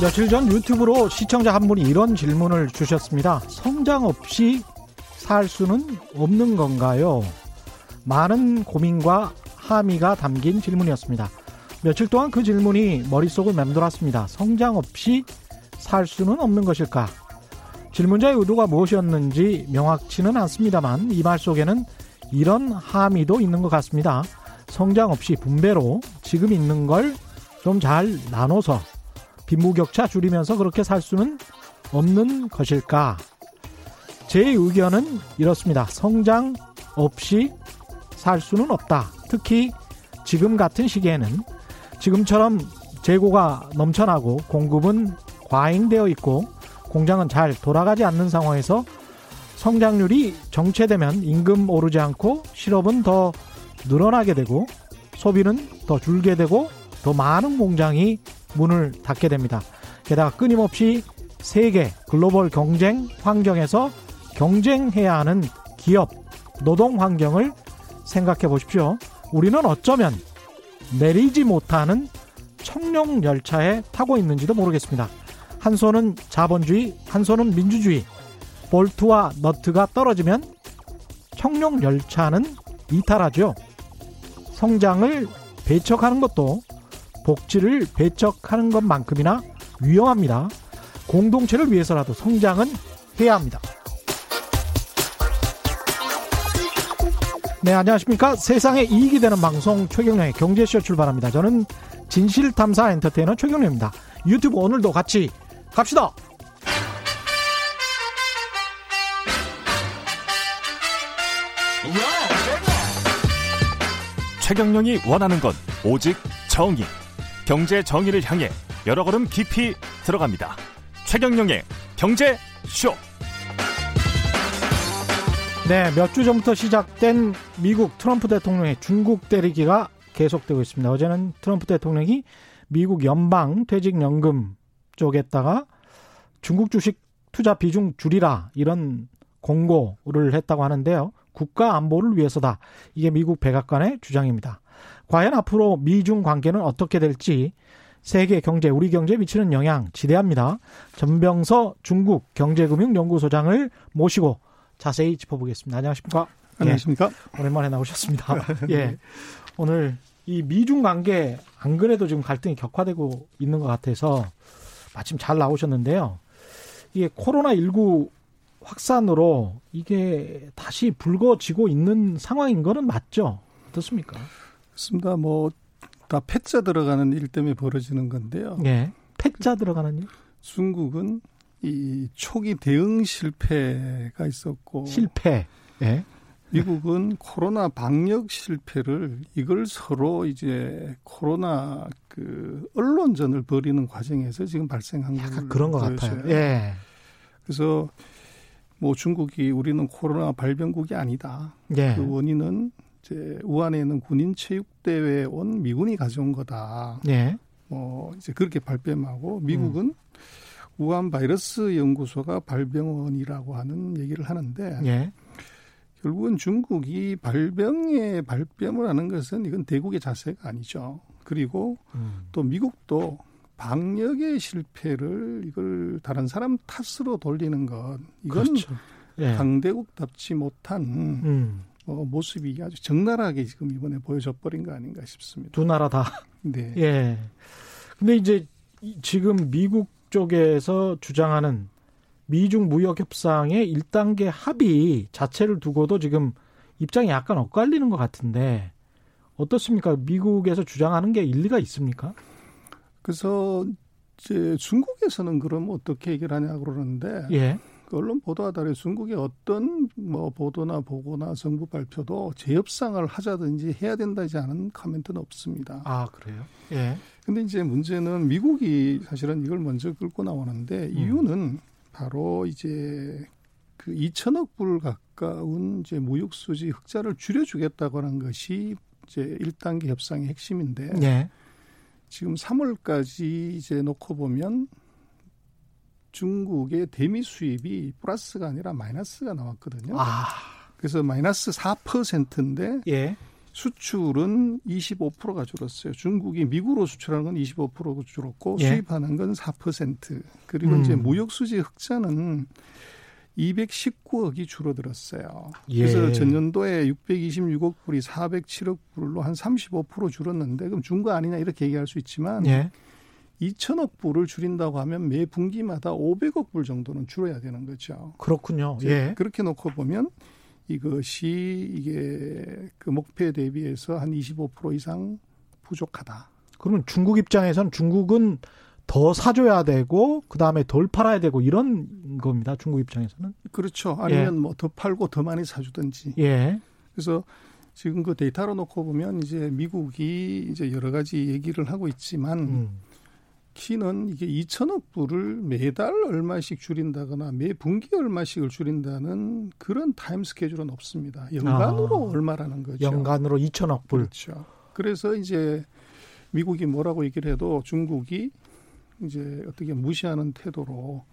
며칠 전 유튜브로 시청자 한 분이 이런 질문을 주셨습니다. 성장 없이 살 수는 없는 건가요? 많은 고민과 함의가 담긴 질문이었습니다. 며칠 동안 그 질문이 머릿속을 맴돌았습니다. 성장 없이 살 수는 없는 것일까? 질문자의 의도가 무엇이었는지 명확치는 않습니다만 이 말 속에는 이런 함의도 있는 것 같습니다. 성장 없이 분배로 지금 있는 걸 좀 잘 나눠서 빈부격차 줄이면서 그렇게 살 수는 없는 것일까? 제 의견은 이렇습니다. 성장 없이 살 수는 없다. 특히 지금 같은 시기에는 지금처럼 재고가 넘쳐나고 공급은 과잉되어 있고 공장은 잘 돌아가지 않는 상황에서 성장률이 정체되면 임금 오르지 않고 실업은 더 늘어나게 되고 소비는 더 줄게 되고 더 많은 공장이 문을 닫게 됩니다. 게다가 끊임없이 세계 글로벌 경쟁 환경에서 경쟁해야 하는 기업, 노동 환경을 생각해 보십시오. 우리는 어쩌면 내리지 못하는 청룡 열차에 타고 있는지도 모르겠습니다. 한 손은 자본주의, 한 손은 민주주의. 볼트와 너트가 떨어지면 청룡 열차는 이탈하죠. 성장을 배척하는 것도 복지를 배척하는 것만큼이나 위험합니다. 공동체를 위해서라도 성장은 해야 합니다. 네, 안녕하십니까. 세상에 이익이 되는 방송 최경령의 경제쇼 출발합니다. 저는 진실탐사 엔터테이너 최경령입니다. 유튜브 오늘도 같이 갑시다! 최경령이 원하는 건 오직 정의. 경제 정의를 향해 여러 걸음 깊이 들어갑니다. 최경령의 경제 쇼. 네, 몇 주 전부터 시작된 미국 트럼프 대통령의 중국 때리기가 계속되고 있습니다. 어제는 트럼프 대통령이 미국 연방 퇴직연금 쪽에다가 중국 주식 투자 비중 줄이라 이런 공고를 했다고 하는데요. 국가 안보를 위해서다. 이게 미국 백악관의 주장입니다. 과연 앞으로 미중 관계는 어떻게 될지 세계 경제, 우리 경제에 미치는 영향 지대합니다. 전병서 중국 경제금융연구소장을 모시고 자세히 짚어보겠습니다. 안녕하십니까? 안녕하십니까? 예, 오랜만에 나오셨습니다. 예. 오늘 이 미중 관계 안 그래도 지금 갈등이 격화되고 있는 것 같아서 마침 잘 나오셨는데요. 이게 코로나19 확산으로 이게 다시 불거지고 있는 상황인 거는 맞죠? 어떻습니까? 그렇습니다. 뭐, 다 패자 들어가는 일 때문에 벌어지는 건데요. 예. 패자 들어가는 일? 중국은 이 초기 대응 실패가 있었고. 실패. 예. 미국은 코로나 방역 실패를 이걸 서로 이제 코로나 그 언론전을 벌이는 과정에서 지금 발생한 약간 음, 그런 것 같아요. 예. 그래서 뭐 중국이 우리는 코로나 발병국이 아니다. 예. 그 원인은 이제 우한에 있는 군인 체육대회에 온 미군이 가져온 거다. 예. 뭐 이제 그렇게 발뺌하고 미국은 우한 바이러스 연구소가 발병원이라고 하는 얘기를 하는데 예. 결국은 중국이 발병에 발뺌을 하는 것은 이건 대국의 자세가 아니죠. 그리고 음. 또 미국도 방역의 실패를 이걸 다른 사람 탓으로 돌리는 것 이건 그렇죠. 예. 강대국답지 못한 음. 어, 모습이 아주 적나라하게 지금 이번에 보여져버린 거 아닌가 싶습니다. 두 나라 다 네. 예. 근데 이제 이- 지금 미국 쪽에서 주장하는 미중 무역 협상의 1단계 합의 자체를 두고도 지금 입장이 약간 엇갈리는 것 같은데 어떻습니까? 미국에서 주장하는 게 일리가 있습니까? 그래서 이제 중국에서는 그럼 어떻게 해결하냐고 그러는데 예. 그 언론 보도와 달리 중국의 어떤 뭐 보도나 보고나 정부 발표도 재협상을 하자든지 해야 된다지 않은 커멘트는 없습니다. 아, 그래요? 예. 근데 이제 문제는 미국이 사실은 이걸 먼저 끌고 나오는데 음. 이유는 바로 이제 그 2천억 불 가까운 이제 무역 수지 흑자를 줄여주겠다고 하는 것이 이제 1단계 협상의 핵심인데 예. 지금 3월까지 이제 놓고 보면 중국의 대미 수입이 플러스가 아니라 마이너스가 나왔거든요. 아, 그래서 마이너스 4%인데 예. 수출은 25%가 줄었어요. 중국이 미국으로 수출하는 건 25%가 줄었고 예. 수입하는 건 4%. 그리고 음. 이제 무역 수지 흑자는 219억이 줄어들었어요. 예. 그래서 전년도에 626억 불이 407억 불로 한 35% 줄었는데 그럼 준 거 아니냐 이렇게 얘기할 수 있지만 예. 2천억 불을 줄인다고 하면 매 분기마다 500억 불 정도는 줄어야 되는 거죠. 그렇군요. 이제 예. 그렇게 놓고 보면 이것이 이게 그 목표에 대비해서 한 25% 이상 부족하다. 그러면 중국 입장에선 중국은 더 사줘야 되고 그다음에 덜 팔아야 되고 이런 겁니다. 중국 입장에서는. 그렇죠. 아니면 뭐 더 팔고 더 많이 사주든지. 예. 그래서 지금 그 데이터로 놓고 보면 이제 미국이 이제 여러 가지 얘기를 하고 있지만 음. 키는 이게 2천억 불을 매달 얼마씩 줄인다거나 매 분기 얼마씩을 줄인다는 그런 타임 스케줄은 없습니다. 연간으로 아, 얼마라는 거죠. 연간으로 2천억 불. 그렇죠. 그래서 이제 미국이 뭐라고 얘기를 해도 중국이 이제 어떻게 무시하는 태도로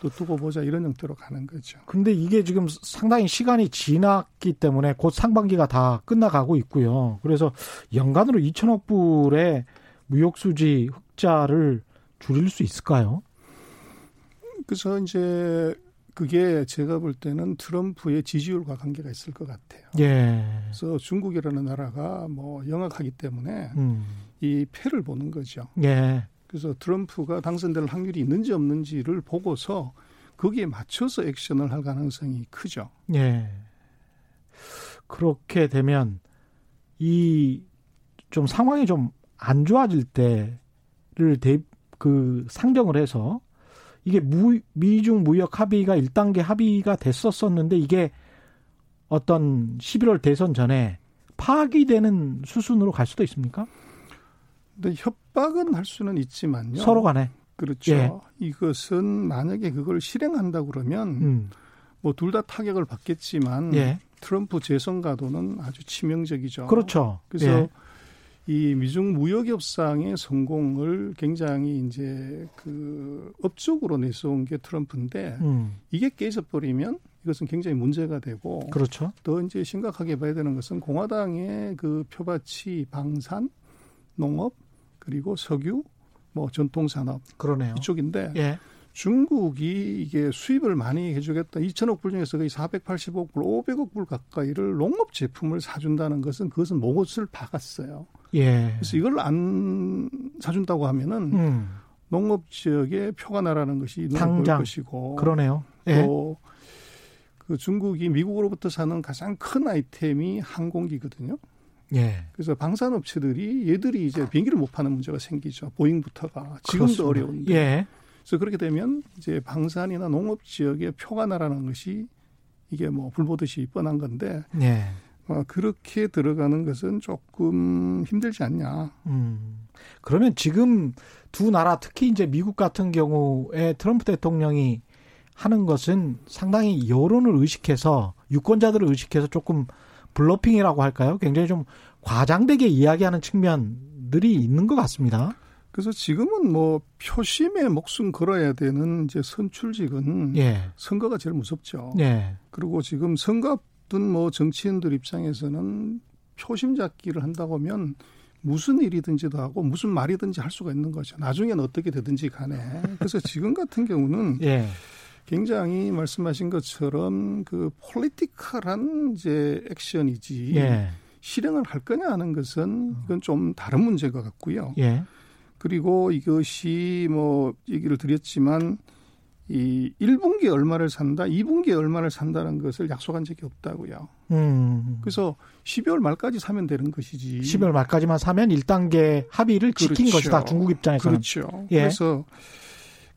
또 두고 보자 이런 형태로 가는 거죠. 근데 이게 지금 상당히 시간이 지났기 때문에 곧 상반기가 다 끝나가고 있고요. 그래서 연간으로 2천억 불의 무역 수지 흑자를 줄일 수 있을까요? 그래서 이제 그게 제가 볼 때는 트럼프의 지지율과 관계가 있을 것 같아요. 예. 그래서 중국이라는 나라가 뭐 영악하기 때문에 음. 이 패를 보는 거죠. 예. 그래서 트럼프가 당선될 확률이 있는지 없는지를 보고서 거기에 맞춰서 액션을 할 가능성이 크죠. 예. 그렇게 되면 이 좀 상황이 좀 안 좋아질 때를 대, 그 상정을 해서 이게 무, 미중 무역 합의가 1단계 합의가 됐었었는데 이게 어떤 11월 대선 전에 파기되는 수순으로 갈 수도 있습니까? 근데 협박은 할 수는 있지만요. 서로 간에. 그렇죠. 예. 이것은 만약에 그걸 실행한다 그러면 음. 뭐 둘 다 타격을 받겠지만 예. 트럼프 재선 가도는 아주 치명적이죠. 그렇죠. 그래서 예. 이 미중 무역 협상의 성공을 굉장히 이제 그 업적으로 내세운 게 트럼프인데 음. 이게 깨져 버리면 이것은 굉장히 문제가 되고 그렇죠. 더 이제 심각하게 봐야 되는 것은 공화당의 그 표밭이 방산, 농업 그리고 석유 뭐 전통 산업 그러네요. 이쪽인데 예. 중국이 이게 수입을 많이 해주겠다. 2천억 불 중에서 거의 480억 불, 500억 불 가까이를 농업 제품을 사준다는 것은 그것은 목옷을 박았어요. 예. 그래서 이걸 안 사준다고 하면은 음. 농업 지역에 표가 나라는 것이 눈에 당장. 보일 것이고 그러네요. 예. 또 그 중국이 미국으로부터 사는 가장 큰 아이템이 항공기거든요. 예. 그래서 방산업체들이 얘들이 이제 비행기를 못 파는 문제가 생기죠. 보잉부터가 그렇습니다. 지금도 어려운데. 예. 그래서 그렇게 되면 이제 방산이나 농업 지역에 표가 나라는 것이 이게 뭐 불보듯이 뻔한 건데 예. 아, 그렇게 들어가는 것은 조금 힘들지 않냐. 음. 그러면 지금 두 나라 특히 이제 미국 같은 경우에 트럼프 대통령이 하는 것은 상당히 여론을 의식해서 유권자들을 의식해서 조금 블러핑이라고 할까요? 굉장히 좀 과장되게 이야기하는 측면들이 있는 것 같습니다. 그래서 지금은 뭐 표심에 목숨 걸어야 되는 이제 선출직은 예. 선거가 제일 무섭죠. 예. 그리고 지금 선거 앞둔 뭐 정치인들 입장에서는 표심 잡기를 한다고 하면 무슨 일이든지도 하고 무슨 말이든지 할 수가 있는 거죠. 나중에는 어떻게 되든지 간에. 그래서 지금 같은 경우는 예. 굉장히 말씀하신 것처럼 그 폴리티컬한 이제 액션이지 예. 실행을 할 거냐 하는 것은 이건 좀 다른 문제인 것 같고요. 예. 그리고 이것이 뭐 얘기를 드렸지만 이 1분기 얼마를 산다, 2분기 얼마를 산다는 것을 약속한 적이 없다고요. 음. 그래서 12월 말까지 사면 되는 것이지. 12월 말까지만 사면 1단계 합의를 지킨 그렇죠. 것이다. 중국 입장에서는. 그렇죠. 예. 그래서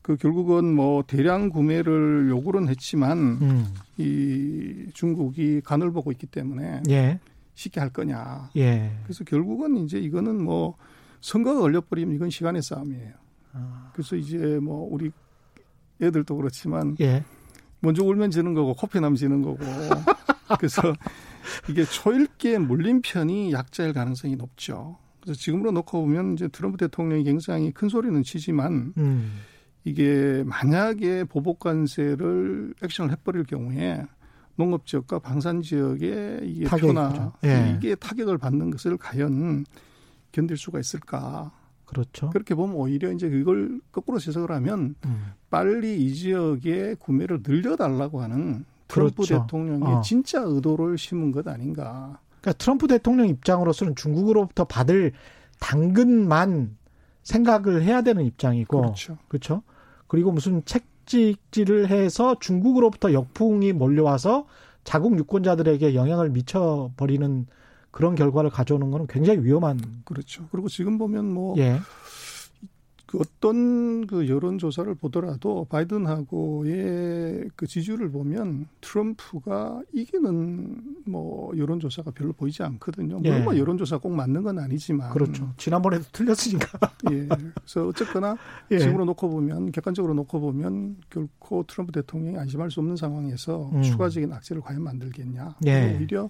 그 결국은 뭐 대량 구매를 요구는 했지만 음. 이 중국이 간을 보고 있기 때문에 예. 쉽게 할 거냐. 예. 그래서 결국은 이제 이거는 뭐 선거가 걸려버리면 이건 시간의 싸움이에요. 아. 그래서 이제 뭐 우리 애들도 그렇지만 예. 먼저 울면 지는 거고 코피 나면 지는 거고. 그래서 이게 초일기에 몰린 편이 약자일 가능성이 높죠. 그래서 지금으로 놓고 보면 이제 트럼프 대통령이 굉장히 큰 소리는 치지만 음. 이게 만약에 보복 관세를 액션을 해버릴 경우에 농업 지역과 방산 지역의 이게 타격이 변화, 있죠. 예. 이게 타격을 받는 것을 과연 견딜 수가 있을까? 그렇죠. 그렇게 보면 오히려 이제 그걸 거꾸로 해석을 하면 음. 빨리 이 지역의 구매를 늘려달라고 하는 트럼프 그렇죠. 대통령의 어. 진짜 의도를 심은 것 아닌가. 그러니까 트럼프 대통령 입장으로서는 중국으로부터 받을 당근만 생각을 해야 되는 입장이고 그렇죠. 그렇죠. 그리고 무슨 책찍질을 해서 중국으로부터 역풍이 몰려와서 자국 유권자들에게 영향을 미쳐 버리는 그런 결과를 가져오는 거는 굉장히 위험한 그렇죠. 그리고 지금 보면 뭐 예. 그 어떤 그 여론 조사를 보더라도 바이든하고의 그 지지율을 보면 트럼프가 이기는 뭐 여론 조사가 별로 보이지 않거든요. 물론 예. 뭐 여론 조사 꼭 맞는 건 아니지만 그렇죠. 지난번에도 틀렸으니까. 예. 그래서 어쨌거나 예. 지금으로 놓고 보면 객관적으로 놓고 보면 결코 트럼프 대통령이 안심할 수 없는 상황에서 음. 추가적인 악재를 과연 만들겠냐. 뭐 예. 오히려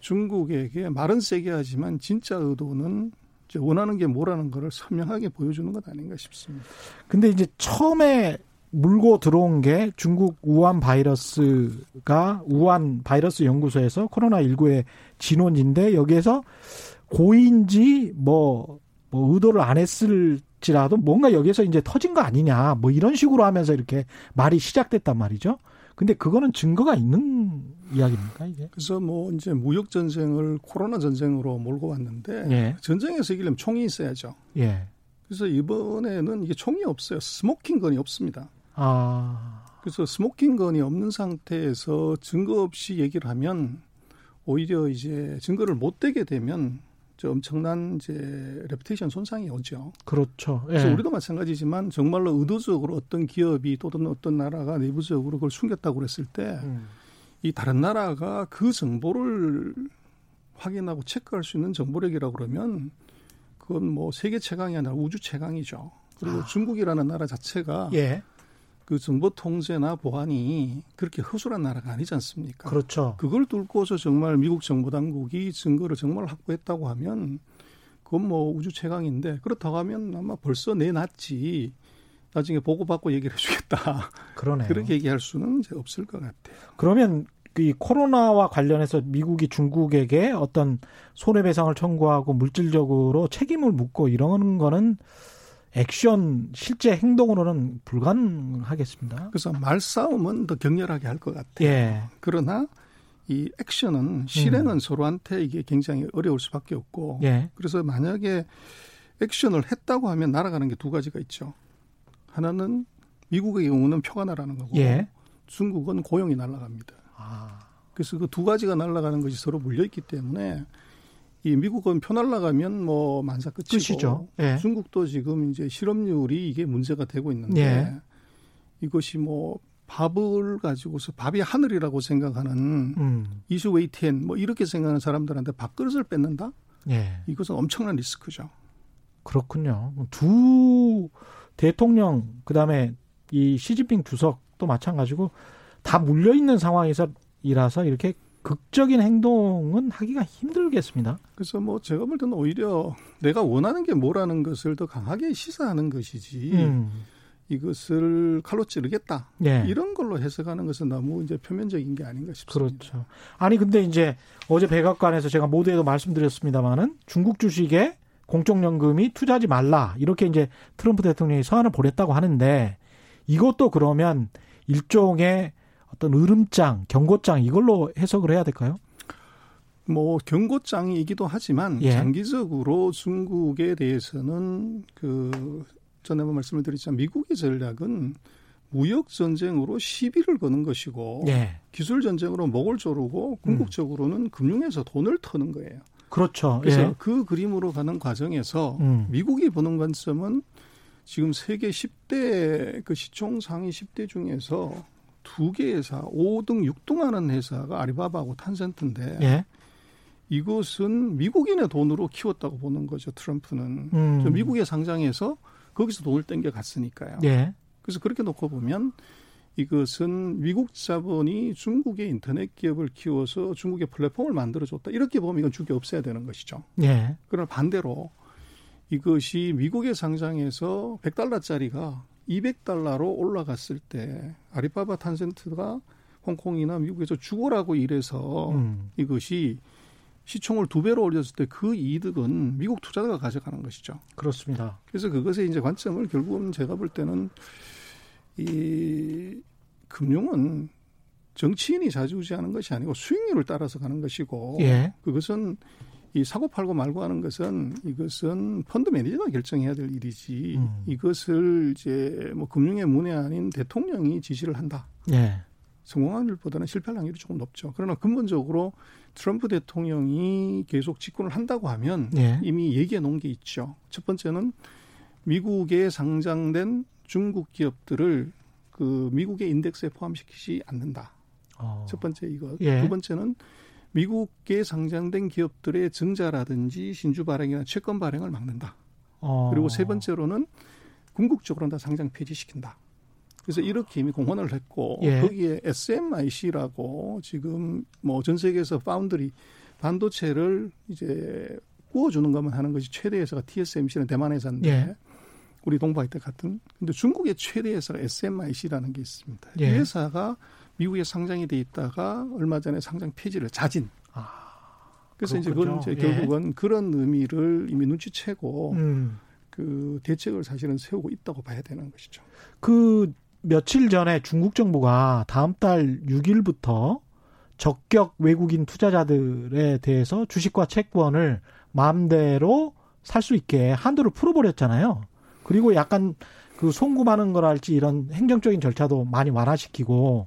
중국에게 말은 세게 하지만 진짜 의도는 이제 원하는 게 뭐라는 거를 선명하게 보여주는 것 아닌가 싶습니다. 근데 이제 처음에 물고 들어온 게 중국 우한 바이러스가 우한 바이러스 연구소에서 코로나 19의 진원인데 여기에서 고인지 뭐, 뭐 의도를 안 했을지라도 뭔가 여기에서 이제 터진 거 아니냐 뭐 이런 식으로 하면서 이렇게 말이 시작됐단 말이죠. 근데 그거는 증거가 있는 이야기입니까 이게? 그래서 뭐 이제 무역 전쟁을 코로나 전쟁으로 몰고 왔는데 예, 전쟁에서 이기려면 총이 있어야죠. 예, 그래서 이번에는 이게 총이 없어요. 스모킹건이 없습니다. 아, 그래서 스모킹건이 없는 상태에서 증거 없이 얘기를 하면 오히려 이제 증거를 못 대게 되면 저 엄청난 이제 레퓨테이션 손상이 오죠. 그렇죠. 예. 그래서 우리도 마찬가지지만 정말로 의도적으로 어떤 기업이 또는 어떤 나라가 내부적으로 그걸 숨겼다고 그랬을 때 이 음. 다른 나라가 그 정보를 확인하고 체크할 수 있는 정보력이라고 그러면 그건 뭐 세계 최강이 아니라 우주 최강이죠. 그리고 중국이라는 나라 자체가 아. 예, 그 정보 통제나 보안이 그렇게 허술한 나라가 아니지 않습니까? 그렇죠. 그걸 뚫고서 정말 미국 정보 당국이 증거를 정말 확보했다고 하면 그건 뭐 우주 최강인데 그렇다고 하면 아마 벌써 내놨지 나중에 보고받고 얘기를 해주겠다 그러네요. 그렇게 얘기할 수는 이제 없을 것 같아요. 그러면 이 코로나와 관련해서 미국이 중국에게 어떤 손해배상을 청구하고 물질적으로 책임을 묻고 이런 거는 액션 실제 행동으로는 불가능하겠습니다. 그래서 말싸움은 더 격렬하게 할 것 같아요. 예, 그러나 이 액션은 실행은 서로한테 이게 굉장히 어려울 수밖에 없고 음. 예, 그래서 만약에 액션을 했다고 하면 날아가는 게 두 가지가 있죠. 하나는 미국의 경우는 표가 날아가는 거고 예. 중국은 고용이 날아갑니다. 아, 그래서 그 두 가지가 날아가는 것이 서로 물려있기 때문에 이 미국은 표 날아가면 뭐 만사 끝이고 끝이죠. 예, 중국도 지금 이제 실업률이 이게 문제가 되고 있는데 예. 이것이 뭐 밥을 가지고서 밥이 하늘이라고 생각하는 음, 이슈웨이텐 뭐 이렇게 생각하는 사람들한테 밥그릇을 뺏는다? 예, 이것은 엄청난 리스크죠. 그렇군요. 두 대통령 그다음에 이 시진핑 주석도 마찬가지고 다 물려 있는 상황에서 이라서 이렇게 극적인 행동은 하기가 힘들겠습니다. 그래서 뭐 제가 볼 때는 오히려 내가 원하는 게 뭐라는 것을 더 강하게 시사하는 것이지 음. 이것을 칼로 찌르겠다 예. 이런 걸로 해석하는 것은 너무 이제 표면적인 게 아닌가 싶습니다. 그렇죠. 아니 근데 이제 어제 백악관에서 제가 모두에도 말씀드렸습니다마는 중국 주식에 공적연금이 투자하지 말라 이렇게 이제 트럼프 대통령이 서한을 보냈다고 하는데 이것도 그러면 일종의 어떤 으름장, 경고장 이걸로 해석을 해야 될까요? 뭐 경고장이기도 하지만 예. 장기적으로 중국에 대해서는 그 전에 한번 말씀을 드렸지만 미국의 전략은 무역 전쟁으로 시비를 거는 것이고 예, 음. 기술 전쟁으로 목을 조르고 궁극적으로는 금융에서 돈을 터는 거예요. 그렇죠. 그래서 예. 그 그림으로 가는 과정에서 음. 미국이 보는 관점은 지금 세계 10대 그 시총 상위 10대 중에서 두 개 회사, 5등, 6등 하는 회사가 아리바바하고 탄센트인데 예, 이것은 미국인의 돈으로 키웠다고 보는 거죠, 트럼프는. 음. 저 미국에 상장해서 거기서 돈을 땡겨 갔으니까요. 예, 그래서 그렇게 놓고 보면 이것은 미국 자본이 중국의 인터넷 기업을 키워서 중국의 플랫폼을 만들어줬다. 이렇게 보면 이건 중국이 없애야 되는 것이죠. 예, 그러나 반대로 이것이 미국의 상장에서 100달러짜리가 200달러로 올라갔을 때 아리바바 탄센트가 홍콩이나 미국에서 죽어라고 이래서 음. 이것이 시총을 두 배로 올렸을 때 그 이득은 미국 투자자가 가져가는 것이죠. 그렇습니다. 그래서 그것의 이제 관점을 결국은 제가 볼 때는 이 금융은 정치인이 좌지우지하는 것이 아니고 수익률을 따라서 가는 것이고 예. 그것은 이 사고 팔고 말고 하는 것은 이것은 펀드 매니저가 결정해야 될 일이지 음. 이것을 이제 뭐 금융의 문의 아닌 대통령이 지시를 한다. 예. 성공할 일보다는 실패할 확률이 조금 높죠. 그러나 근본적으로 트럼프 대통령이 계속 집권을 한다고 하면 예. 이미 얘기해 놓은 게 있죠. 첫 번째는 미국에 상장된 중국 기업들을 그 미국의 인덱스에 포함시키지 않는다. 어. 첫 번째 이거. 예. 두 번째는 미국에 상장된 기업들의 증자라든지 신주 발행이나 채권 발행을 막는다. 어. 그리고 세 번째로는 궁극적으로는 다 상장 폐지시킨다. 그래서 이렇게 이미 공헌을 했고 예. 거기에 SMIC라고 지금 뭐 전 세계에서 파운드리 반도체를 이제 구워주는 것만 하는 것이 최대 회사가 TSMC는 대만 회사인데 예. 우리 동바이트 같은 근데 중국의 최대 회사가 SMIC라는 게 있습니다. 이 예. 회사가 미국에 상장이 돼 있다가 얼마 전에 상장 폐지를 자진. 그래서 이제 그건 아, 그렇군요. 이제 예. 결국은 그런 의미를 이미 눈치채고 음. 그 대책을 사실은 세우고 있다고 봐야 되는 것이죠. 그 며칠 전에 중국 정부가 다음 달 6일부터 적격 외국인 투자자들에 대해서 주식과 채권을 마음대로 살 수 있게 한도를 풀어버렸잖아요. 그리고 약간 그 송금하는 거랄지 이런 행정적인 절차도 많이 완화시키고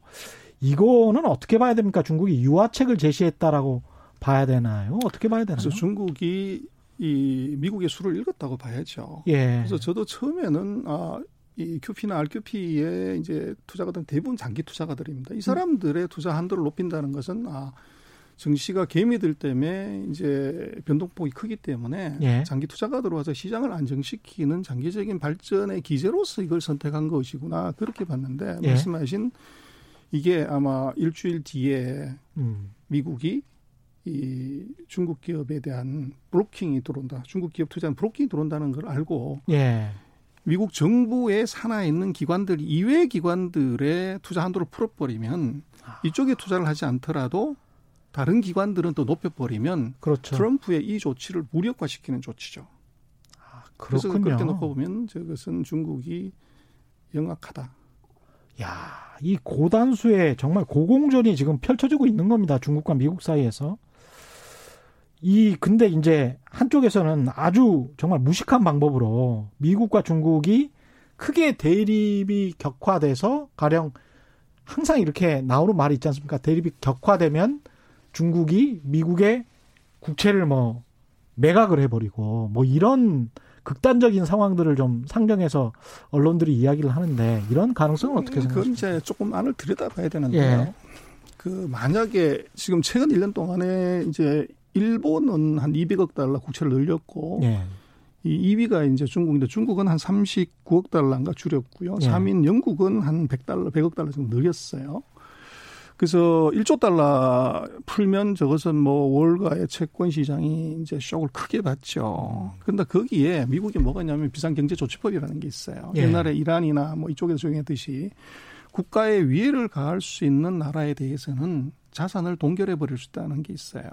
이거는 어떻게 봐야 됩니까? 중국이 유화책을 제시했다라고 봐야 되나요? 어떻게 봐야 되나요? 그래서 중국이 이 미국의 수를 읽었다고 봐야죠. 예. 그래서 저도 처음에는 아, 이 QP나 RQP의 이제 투자가들은 대부분 장기 음. 투자가들입니다. 이 사람들의 투자 한도를 높인다는 것은 아, 증시가 개미들 때문에 이제 변동폭이 크기 때문에 예. 장기 투자가 들어와서 시장을 안정시키는 장기적인 발전의 기제로서 이걸 선택한 것이구나 그렇게 봤는데 예. 말씀하신 이게 아마 일주일 뒤에 음. 미국이 이 중국 기업에 대한 브로킹이 들어온다. 중국 기업 투자는 브로킹이 들어온다는 걸 알고 예. 미국 정부에 산하 에 있는 기관들 이외의 기관들의 투자 한도를 풀어버리면 아. 이쪽에 투자를 하지 않더라도 다른 기관들은 또 높여버리면 그렇죠. 트럼프의 이 조치를 무력화시키는 조치죠. 래서 아, 그렇군요. 그렇게 놓고 보면 저것은 중국이 영악하다. 야, 이 고단수의 정말 고공전이 지금 펼쳐지고 있는 겁니다. 중국과 미국 사이에서. 이 근데 이제 한쪽에서는 아주 정말 무식한 방법으로 미국과 중국이 크게 대립이 격화돼서 가령 항상 이렇게 나오는 말이 있지 않습니까? 대립이 격화되면 중국이 미국의 국채를 뭐 매각을 해버리고 뭐 이런 극단적인 상황들을 좀 상정해서 언론들이 이야기를 하는데 이런 가능성은 어떻게 음, 그건 생각하십니까? 이제 조금 안을 들여다봐야 되는데요. 예. 그 만약에 지금 최근 1년 동안에 이제 일본은 한 200억 달러 국채를 늘렸고 예. 이 2위가 이제 중국인데 중국은 한 39억 달러인가 줄였고요. 예. 3인 영국은 한 100달러, 100억 달러 정도 늘렸어요. 그래서 1조 달러 풀면 저것은 뭐 월가의 채권 시장이 이제 쇼크를 크게 받죠. 그런데 거기에 미국이 뭐가 있냐면 비상경제조치법이라는 게 있어요. 예. 옛날에 이란이나 뭐 이쪽에서 적용했듯이 국가에 위해를 가할 수 있는 나라에 대해서는 자산을 동결해 버릴 수 있다는 게 있어요.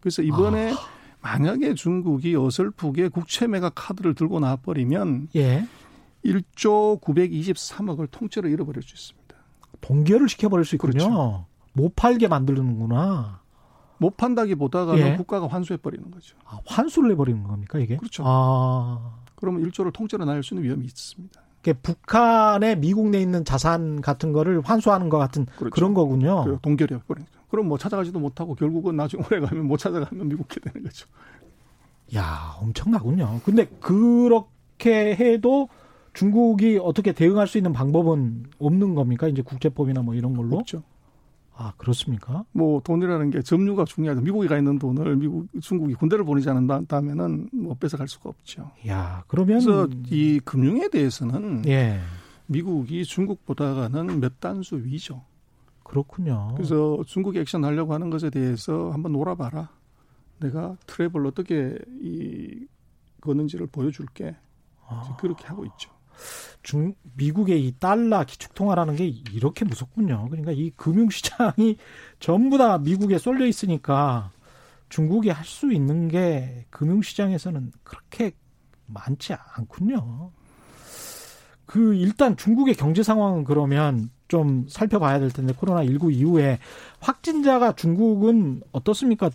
그래서 이번에 만약에 중국이 어설프게 국채 매각 카드를 들고 나버리면 예. 1조 923억을 통째로 잃어버릴 수 있습니다. 동결을 시켜버릴 수 있군요. 그렇죠. 못 팔게 만드는구나. 못 판다기보다가는 예. 국가가 환수해 버리는 거죠. 아, 환수를 해버리는 겁니까 이게? 그렇죠. 아, 그러면 1조를 통째로 날릴 수 있는 위험이 있습니다. 이게 북한의 미국 내 있는 자산 같은 거를 환수하는 것 같은 그렇죠. 그런 거군요. 그 동결해 버리는 거죠. 그럼 뭐 찾아가지도 못하고 결국은 나중에 오래 가면 못 찾아가면 미국게 되는 거죠. 야, 엄청나군요. 근데 그렇게 해도 중국이 어떻게 대응할 수 있는 방법은 없는 겁니까? 이제 국제법이나 뭐 이런 걸로? 그렇죠. 아, 그렇습니까? 뭐 돈이라는 게 점유가 중요하죠. 미국이 가 있는 돈을 미국 중국이 군대를 보내지 않는다면은 뭐 뺏어갈 수가 없죠. 야, 그러면 그래서 이 금융에 대해서는 예, 미국이 중국보다는 몇 단수 위죠. 그렇군요. 그래서 중국이 액션 하려고 하는 것에 대해서 한번 놀아봐라. 내가 트랩을 어떻게 이 거는지를 보여줄게. 이제 그렇게 하고 있죠. 중 미국의 이 달러 기축통화라는 게 이렇게 무섭군요. 그러니까 이 금융시장이 전부 다 미국에 쏠려 있으니까 중국이 할 수 있는 게 금융시장에서는 그렇게 많지 않군요. 그 일단 중국의 경제 상황은 그러면 좀 살펴봐야 될 텐데 코로나 19 이후에 확진자가 중국은 어떻습니까?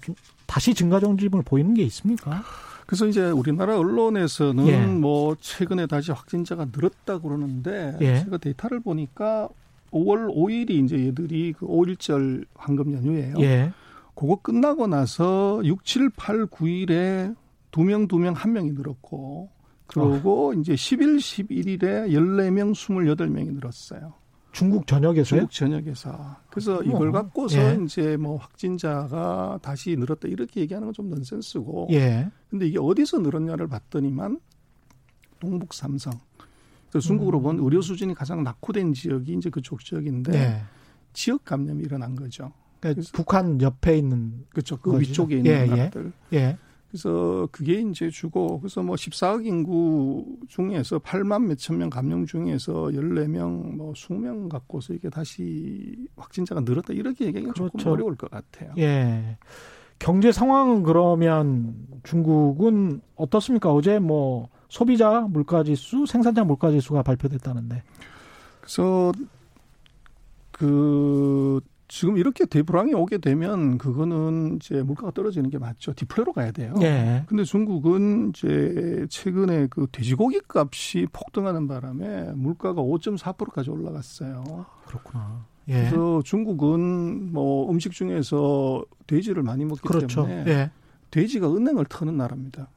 다시 증가 정점을 보이는 게 있습니까? 그래서 이제 우리나라 언론에서는 예. 뭐 최근에 다시 확진자가 늘었다 그러는데 예. 제가 데이터를 보니까 5월 5일이 이제 얘들이 그 5일절 황금 연휴예요. 예. 그거 끝나고 나서 6, 7, 8, 9일에 두 명, 두 명, 한 명이 늘었고 어. 그러고 이제 10일, 11일에 14명, 28명이 늘었어요. 예? 중국 전역에서요? 중국 전역에서. 그래서 이걸 어, 갖고서 예. 이제 뭐 확진자가 다시 늘었다 이렇게 얘기하는 건 좀 넌센스고. 예. 근데 이게 어디서 늘었냐를 봤더니만 동북 삼성. 그래서 중국으로 음. 본 의료 수준이 가장 낙후된 지역이 이제 그쪽 지역인데 네. 지역 감염이 일어난 거죠. 그러니까 북한 옆에 있는 그렇죠. 그 거기죠. 위쪽에 예, 있는 예. 나라들. 예. 그래서 그게 이제 주고 그래서 뭐 14억 인구 중에서 8만 몇천 명 감염 중에서 14명 뭐 20명 갖고서 이게 다시 확진자가 늘었다 이렇게 얘기하기는 그렇죠. 조금 어려울 것 같아요. 예. 경제 상황은 그러면 중국은 어떻습니까? 어제 뭐 소비자 물가지수, 생산자 물가지수가 발표됐다는데. 그래서 그 지금 이렇게 대불황이 오게 되면 그거는 이제 물가가 떨어지는 게 맞죠. 디플레로 가야 돼요. 예. 근데 중국은 이제 최근에 그 돼지고기 값이 폭등하는 바람에 물가가 5.4%까지 올라갔어요. 그렇구나. 예. 그래서 중국은 뭐 음식 중에서 돼지를 많이 먹기 그렇죠. 때문에 예. 돼지가 은행을 터는 나라입니다.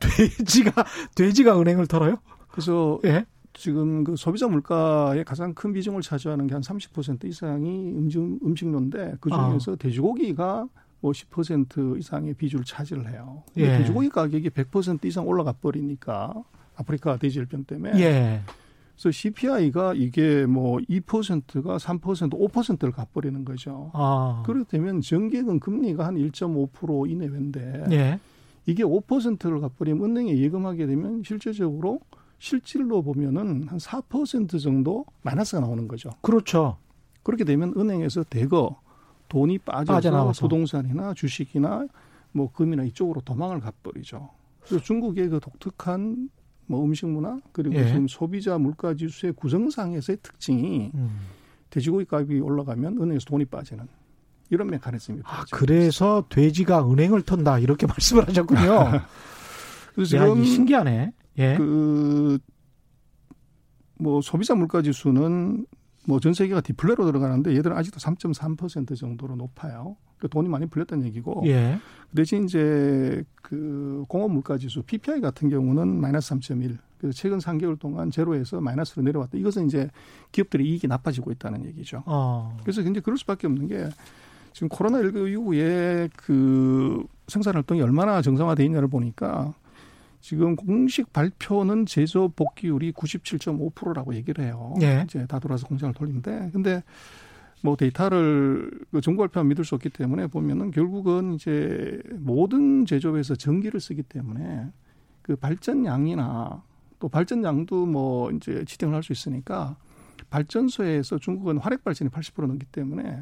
돼지가 돼지가 은행을 털어요? 그래서 예. 지금 그 소비자 물가의 가장 큰 비중을 차지하는 게 한 30% 이상이 음식, 음식료인데 그 아. 중에서 돼지고기가 뭐 10% 이상의 비중을 차지를 해요. 근데 예. 돼지고기 가격이 100% 이상 올라가 버리니까 아프리카 돼지열병 때문에 예. 그래서 CPI가 이게 뭐 2%가 3% 5%를 가버리는 거죠. 아. 그렇게 되면 정기예금 금리가 한 1.5% 이내외인데 예. 이게 5%를 갚으려면 은행에 예금하게 되면 실제적으로 실질로 보면은 한 4% 정도 마이너스가 나오는 거죠. 그렇죠. 그렇게 되면 은행에서 대거 돈이 빠져서 빠져나와서. 부동산이나 주식이나 뭐 금이나 이쪽으로 도망을 가버리죠. 그래서 중국의 그 독특한 뭐 음식 문화 그리고 예. 지금 소비자 물가 지수의 구성상에서의 특징이 음. 돼지고기 값이 올라가면 은행에서 돈이 빠지는 이런 메커니즘이 아, 빠지죠. 그래서 돼지가 은행을 턴다 이렇게 말씀을 하셨군요. 야, 그래서 이 신기하네. 예. 아, 그, 뭐, 소비자 물가 지수는 뭐 전 세계가 디플레로 들어가는데 얘들은 아직도 3.3% 정도로 높아요. 그 돈이 많이 풀렸다는 얘기고. 예. 그 대신 이제 그 공업 물가 지수 PPI 같은 경우는 마이너스 3.1. 그래서 최근 3개월 동안 제로에서 마이너스로 내려왔다. 이것은 이제 기업들의 이익이 나빠지고 있다는 얘기죠. 어. 그래서 굉장히 그럴 수밖에 없는 게 지금 코로나19 이후에 그 생산 활동이 얼마나 정상화돼 있냐를 보니까 지금 공식 발표는 제조 복귀율이 97.5%라고 얘기를 해요. 예. 이제 다 돌아서 공장을 돌리는데 근데 뭐 데이터를 그 정부 발표만 믿을 수 없기 때문에 보면은 결국은 이제 모든 제조업에서 전기를 쓰기 때문에 그 발전량이나 또 발전량도 뭐 이제 지정을 할 수 있으니까 발전소에서 중국은 화력 발전이 80% 넘기 때문에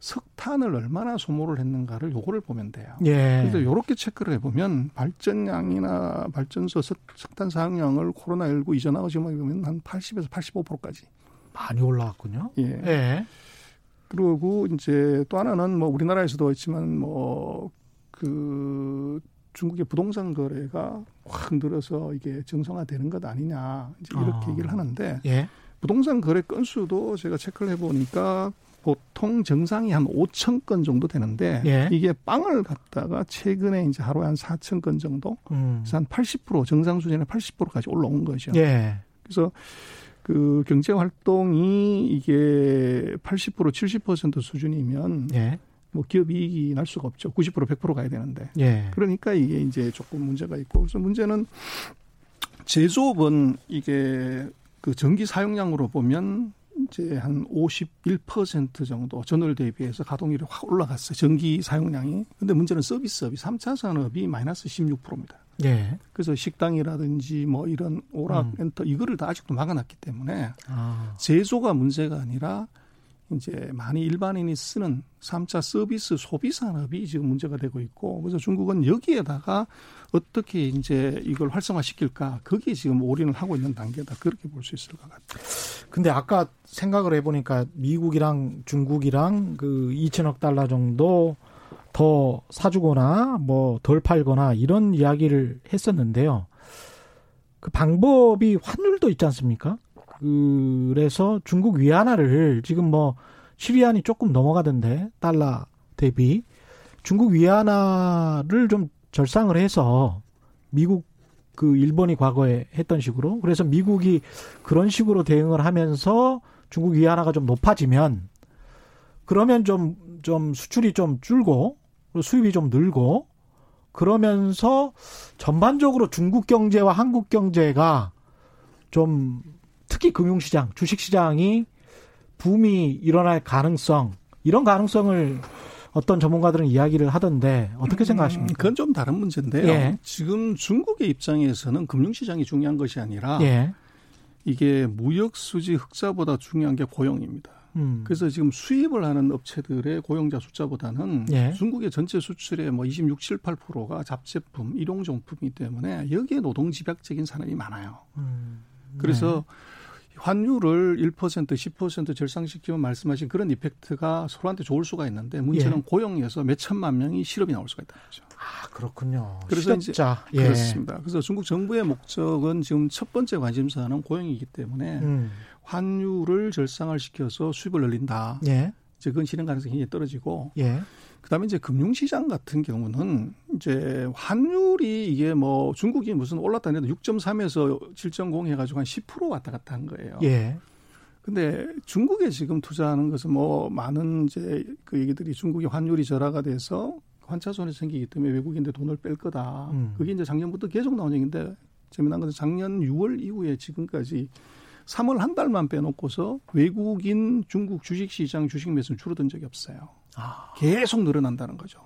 석탄을 얼마나 소모를 했는가를 요거를 보면 돼요. 예. 그래서 요렇게 체크를 해보면 발전량이나 발전소 석- 석탄 사용량을 코로나19 이전하고 지금 보면 한 80에서 85%까지. 많이 올라왔군요. 예. 예. 그리고 이제 또 하나는 뭐 우리나라에서도 있지만 뭐 그 중국의 부동산 거래가 확 늘어서 이게 정상화되는 것 아니냐 이제 이렇게 아. 얘기를 하는데 예. 부동산 거래 건수도 제가 체크를 해보니까 보통 정상이 한 5천 건 정도 되는데 예. 이게 빵을 갖다가 최근에 이제 하루에 한 4천 건 정도 음. 그래서 한 80% 정상 수준의 80%까지 올라온 거죠. 예. 그래서 그 경제 활동이 이게 80% 70% 수준이면 예. 뭐 기업 이익이 날 수가 없죠. 90% 100% 가야 되는데. 예. 그러니까 이게 이제 조금 문제가 있고 그래서 문제는 제조업은 이게 그 전기 사용량으로 보면 이제 한 51% 정도 전월 대비해서 가동률이 확 올라갔어요. 전기 사용량이. 근데 문제는 서비스업이 삼차 산업이 마이너스 16%입니다. 예. 그래서 식당이라든지 뭐 이런 오락 음. 엔터 이거를 다 아직도 막아놨기 때문에 아. 제조가 문제가 아니라 이제 많이 일반인이 쓰는 삼차 서비스 소비 산업이 지금 문제가 되고 있고 그래서 중국은 여기에다가 어떻게 이제 이걸 활성화시킬까 거기에 지금 올인을 하고 있는 단계다 그렇게 볼 수 있을 것 같아요. 근데 아까 생각을 해보니까 미국이랑 중국이랑 그 2천억 달러 정도 더 사주거나 뭐 덜 팔거나 이런 이야기를 했었는데요. 그 방법이 환율도 있지 않습니까? 그래서 중국 위안화를 지금 뭐 7위안이 조금 넘어가던데 달러 대비 중국 위안화를 좀 절상을 해서 미국 그 일본이 과거에 했던 식으로 그래서 미국이 그런 식으로 대응을 하면서 중국 위안화가 좀 높아지면 그러면 좀 좀 수출이 좀 줄고 그리고 수입이 좀 늘고 그러면서 전반적으로 중국 경제와 한국 경제가 좀 특히 금융시장, 주식시장이 붐이 일어날 가능성 이런 가능성을 어떤 전문가들은 이야기를 하던데 어떻게 생각하십니까? 그건 좀 다른 문제인데요. 음. 예. 지금 중국의 입장에서는 금융시장이 중요한 것이 아니라 예. 이게 무역 수지 흑자보다 중요한 게 고용입니다. 음. 그래서 지금 수입을 하는 업체들의 고용자 숫자보다는 예. 중국의 전체 수출의 뭐 26, 7, 8%가 잡제품, 일용종품이기 때문에 여기에 노동 집약적인 산업이 많아요. 음. 그래서 환율을 1% 10% 절상시키면 말씀하신 그런 이펙트가 서로한테 좋을 수가 있는데 문제는 예. 고용에서 몇 천만 명이 실업이 나올 수가 있다는 거죠. 아 그렇군요. 그래서 이제- 실업자. 예. 그렇습니다. 그래서 중국 정부의 목적은 지금 첫 번째 관심사는 고용이기 때문에 음. 환율을 절상을 시켜서 수입을 늘린다. 예. 이제 그건 실현 가능성이 굉장히 떨어지고 예. 그다음에 이제 금융시장 같은 경우는 이제 환율이 이게 뭐 중국이 무슨 올랐다 해도 6.3에서 7.0 해가지고 한 10% 왔다 갔다 한 거예요. 예. 근데 중국에 지금 투자하는 것은 뭐 많은 이제 그 얘기들이 중국의 환율이 절하가 돼서 환차 손이 생기기 때문에 외국인들 돈을 뺄 거다. 음. 그게 이제 작년부터 계속 나온 얘기인데 재미난 것은 작년 6월 이후에 지금까지 3월 한 달만 빼놓고서 외국인 중국 주식시장 주식 매수는 줄어든 적이 없어요. 아. 계속 늘어난다는 거죠.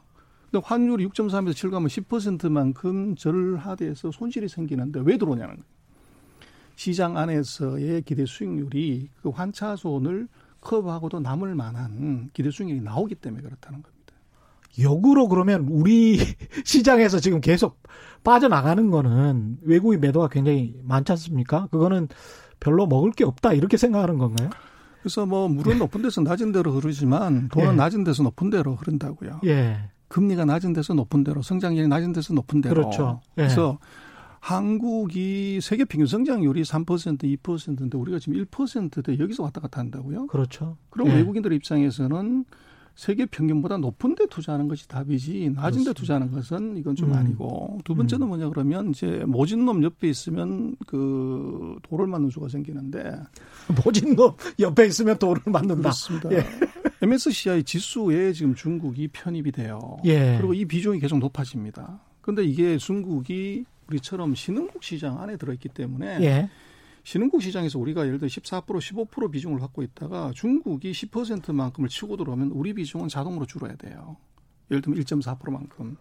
근데 환율이 6.3에서 7 가면 10%만큼 절하돼서 손실이 생기는데 왜 들어오냐는 거예요. 시장 안에서의 기대 수익률이 그 환차손을 커버하고도 남을 만한 기대 수익률이 나오기 때문에 그렇다는 겁니다. 역으로 그러면 우리 시장에서 지금 계속 빠져나가는 거는 외국인 매도가 굉장히 많지 않습니까? 그거는 별로 먹을 게 없다 이렇게 생각하는 건가요? 그래서 뭐 네. 물은 높은 데서 낮은 데로 흐르지만 돈은 예. 낮은 데서 높은 데로 흐른다고요. 예. 금리가 낮은 데서 높은 데로 성장률이 낮은 데서 높은 데로. 그렇죠. 예. 네, 어. 그래서 한국이 세계 평균 성장률이 3% 2%인데 우리가 지금 1%대 여기서 왔다 갔다 한다고요? 그렇죠. 그럼 예. 외국인들 입장에서는 세계 평균보다 높은 데 투자하는 것이 답이지 낮은 데 그렇습니다. 투자하는 것은 이건 좀 음. 아니고 두 번째는 뭐냐 그러면 이제 모진 놈 옆에 있으면 그 돌을 맞는 수가 생기는데 모진 놈 옆에 있으면 돈을 맞는다. 그렇습니다. 예. MSCI 지수에 지금 중국이 편입이 돼요. 예. 그리고 이 비중이 계속 높아집니다. 근데 이게 중국이 우리처럼 신흥국 시장 안에 들어있기 때문에 예. 신흥국 시장에서 우리가 예를 들어 14% 15% 비중을 갖고 있다가 중국이 10%만큼을 치고 들어오면 우리 비중은 자동으로 줄어야 돼요. 예를 들면 1.4%만큼.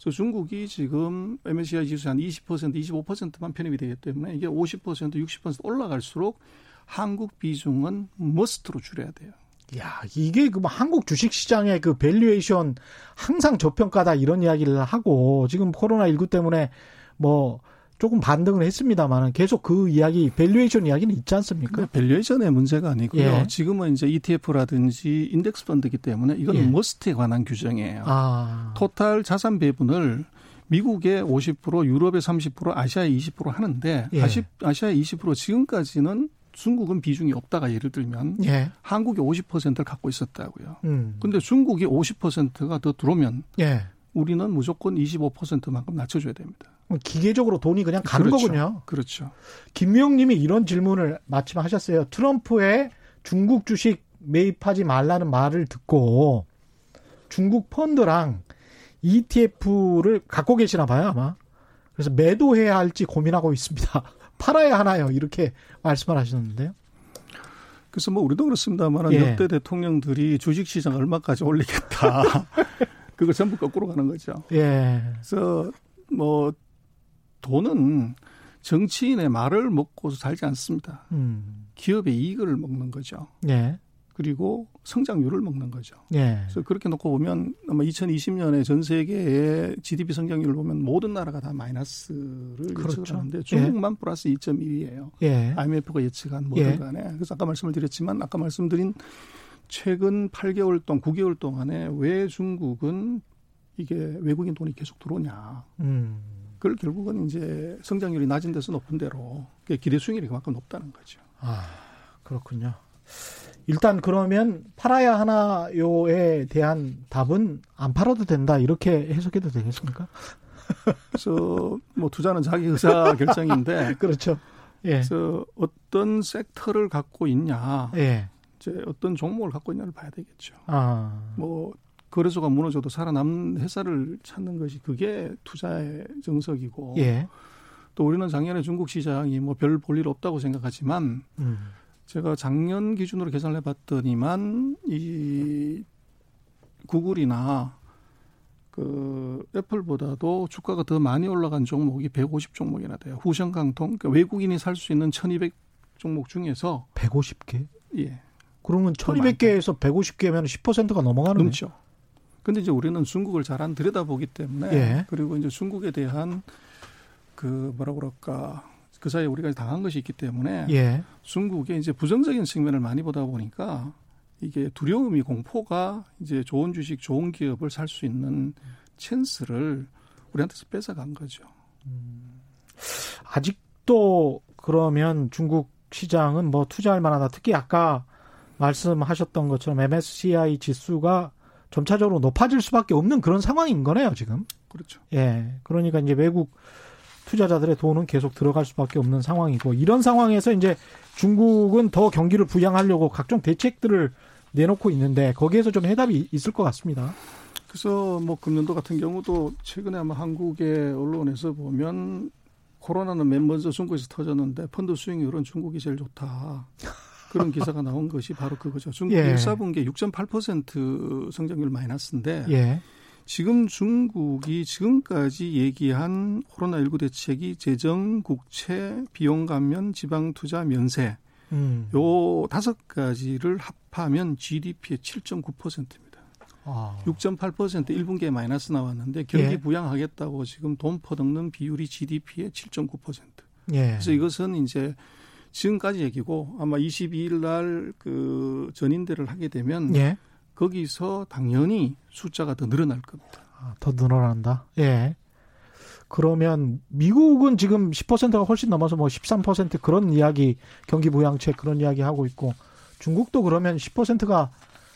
그래서 중국이 지금 MSCI 지수 한 20%, 25%만 편입이 되기 때문에 이게 50%, 60% 올라갈수록 한국 비중은 머스트로 줄여야 돼요. 야, 이게 그뭐 한국 주식 시장의 그 밸류에이션 항상 저평가다 이런 이야기를 하고 지금 코로나 19 때문에 뭐 조금 반등을 했습니다만은 계속 그 이야기 밸류에이션 이야기는 있지 않습니까? 근데 그 밸류에이션의 문제가 아니고요. 네. 예. 지금은 이제 ETF라든지 인덱스 펀드이기 때문에 이건 예. 머스트에 관한 규정이에요. 아. 토탈 자산 배분을 미국의 50%, 유럽의 30%, 아시아의 20% 하는데 예. 아시, 아시아의 20% 지금까지는 중국은 비중이 없다가 예를 들면 예. 한국이 50%를 갖고 있었다고요. 음. 근데 중국이 50%가 더 들어오면 예. 우리는 무조건 25%만큼 낮춰줘야 됩니다. 그럼 기계적으로 돈이 그냥 가는 그렇죠. 거군요. 그렇죠. 김명님이 이런 질문을 마침 하셨어요. 트럼프의 중국 주식 매입하지 말라는 말을 듣고 중국 펀드랑 ETF를 갖고 계시나 봐요, 아마. 그래서 매도해야 할지 고민하고 있습니다. 팔아야 하나요? 이렇게 말씀을 하셨는데요. 그래서 뭐 우리도 그렇습니다만 예. 역대 대통령들이 주식시장 얼마까지 올리겠다. 그걸 전부 거꾸로 가는 거죠. 예. 그래서 뭐 돈은 정치인의 말을 먹고서 살지 않습니다. 음. 기업의 이익을 먹는 거죠. 예. 그리고 성장률을 먹는 거죠. 예. 그래서 그렇게 놓고 보면 아마 2020년에 전 세계의 GDP 성장률을 보면 모든 나라가 다 마이너스를 그렇죠. 예측하는데 중국만 플러스 2.1이에요. 예. IMF가 예측한 예. 모든 간에 그래서 아까 말씀을 드렸지만 아까 말씀드린 최근 8개월 동안 9개월 동안에 왜 중국은 이게 외국인 돈이 계속 들어오냐. 음. 그걸 결국은 이제 성장률이 낮은 데서 높은 데로 그게 기대 수익률이 그만큼 높다는 거죠. 아, 그렇군요. 일단 그러면 팔아야 하나요에 대한 답은 안 팔아도 된다 이렇게 해석해도 되겠습니까? 그래서 뭐 투자는 자기 의사 결정인데 그렇죠. 예. 그래서 어떤 섹터를 갖고 있냐, 예. 이제 어떤 종목을 갖고 있냐를 봐야 되겠죠. 아. 뭐 거래소가 무너져도 살아남는 회사를 찾는 것이 그게 투자의 정석이고 예. 또 우리는 작년에 중국 시장이 뭐 별 볼 일 없다고 생각하지만 음. 제가 작년 기준으로 계산을 해봤더니만 이 구글이나 그 애플보다도 주가가 더 많이 올라간 종목이 150 종목이나 돼요. 후션강통 그러니까 외국인이 살 수 있는 1,200 종목 중에서 150개? 예 그러면 좀 1200개에서 150개면 10%가 넘어가는 넘죠. 근데 이제 우리는 중국을 잘 안 들여다보기 때문에 예. 그리고 이제 중국에 대한 그 뭐라 그럴까 그 사이에 우리가 당한 것이 있기 때문에 예. 중국의 이제 부정적인 측면을 많이 보다 보니까 이게 두려움이 공포가 이제 좋은 주식, 좋은 기업을 살 수 있는 찬스를 우리한테서 뺏어간 거죠. 아직도 그러면 중국 시장은 뭐 투자할 만하다. 특히 아까 말씀하셨던 것처럼 MSCI 지수가 점차적으로 높아질 수밖에 없는 그런 상황인 거네요, 지금. 그렇죠. 예. 그러니까 이제 외국 투자자들의 돈은 계속 들어갈 수밖에 없는 상황이고 이런 상황에서 이제 중국은 더 경기를 부양하려고 각종 대책들을 내놓고 있는데 거기에서 좀 해답이 있을 것 같습니다. 그래서 뭐 금년도 같은 경우도 최근에 아마 한국의 언론에서 보면 코로나는 맨 먼저 중국에서 터졌는데 펀드 수익률은 중국이 제일 좋다. 그런 기사가 나온 것이 바로 그거죠. 중국 예. 1사분기 6.8% 성장률 마이너스인데 예. 지금 중국이 지금까지 얘기한 코로나19 대책이 재정, 국채, 비용 감면, 지방 투자, 면세 음. 요 다섯 가지를 합하면 GDP의 7.9%입니다. 아. 6.8% 1분기에 마이너스 나왔는데 경기 예. 부양하겠다고 지금 돈 퍼덕는 비율이 GDP의 7.9%. 예. 그래서 이것은 이제 지금까지 얘기고 아마 22일 날 그 전인대를 하게 되면 예. 거기서 당연히 숫자가 더 늘어날 겁니다. 아, 더 늘어난다. 예. 그러면 미국은 지금 10%가 훨씬 넘어서 뭐 13% 그런 이야기 경기 부양책 그런 이야기 하고 있고 중국도 그러면 10%가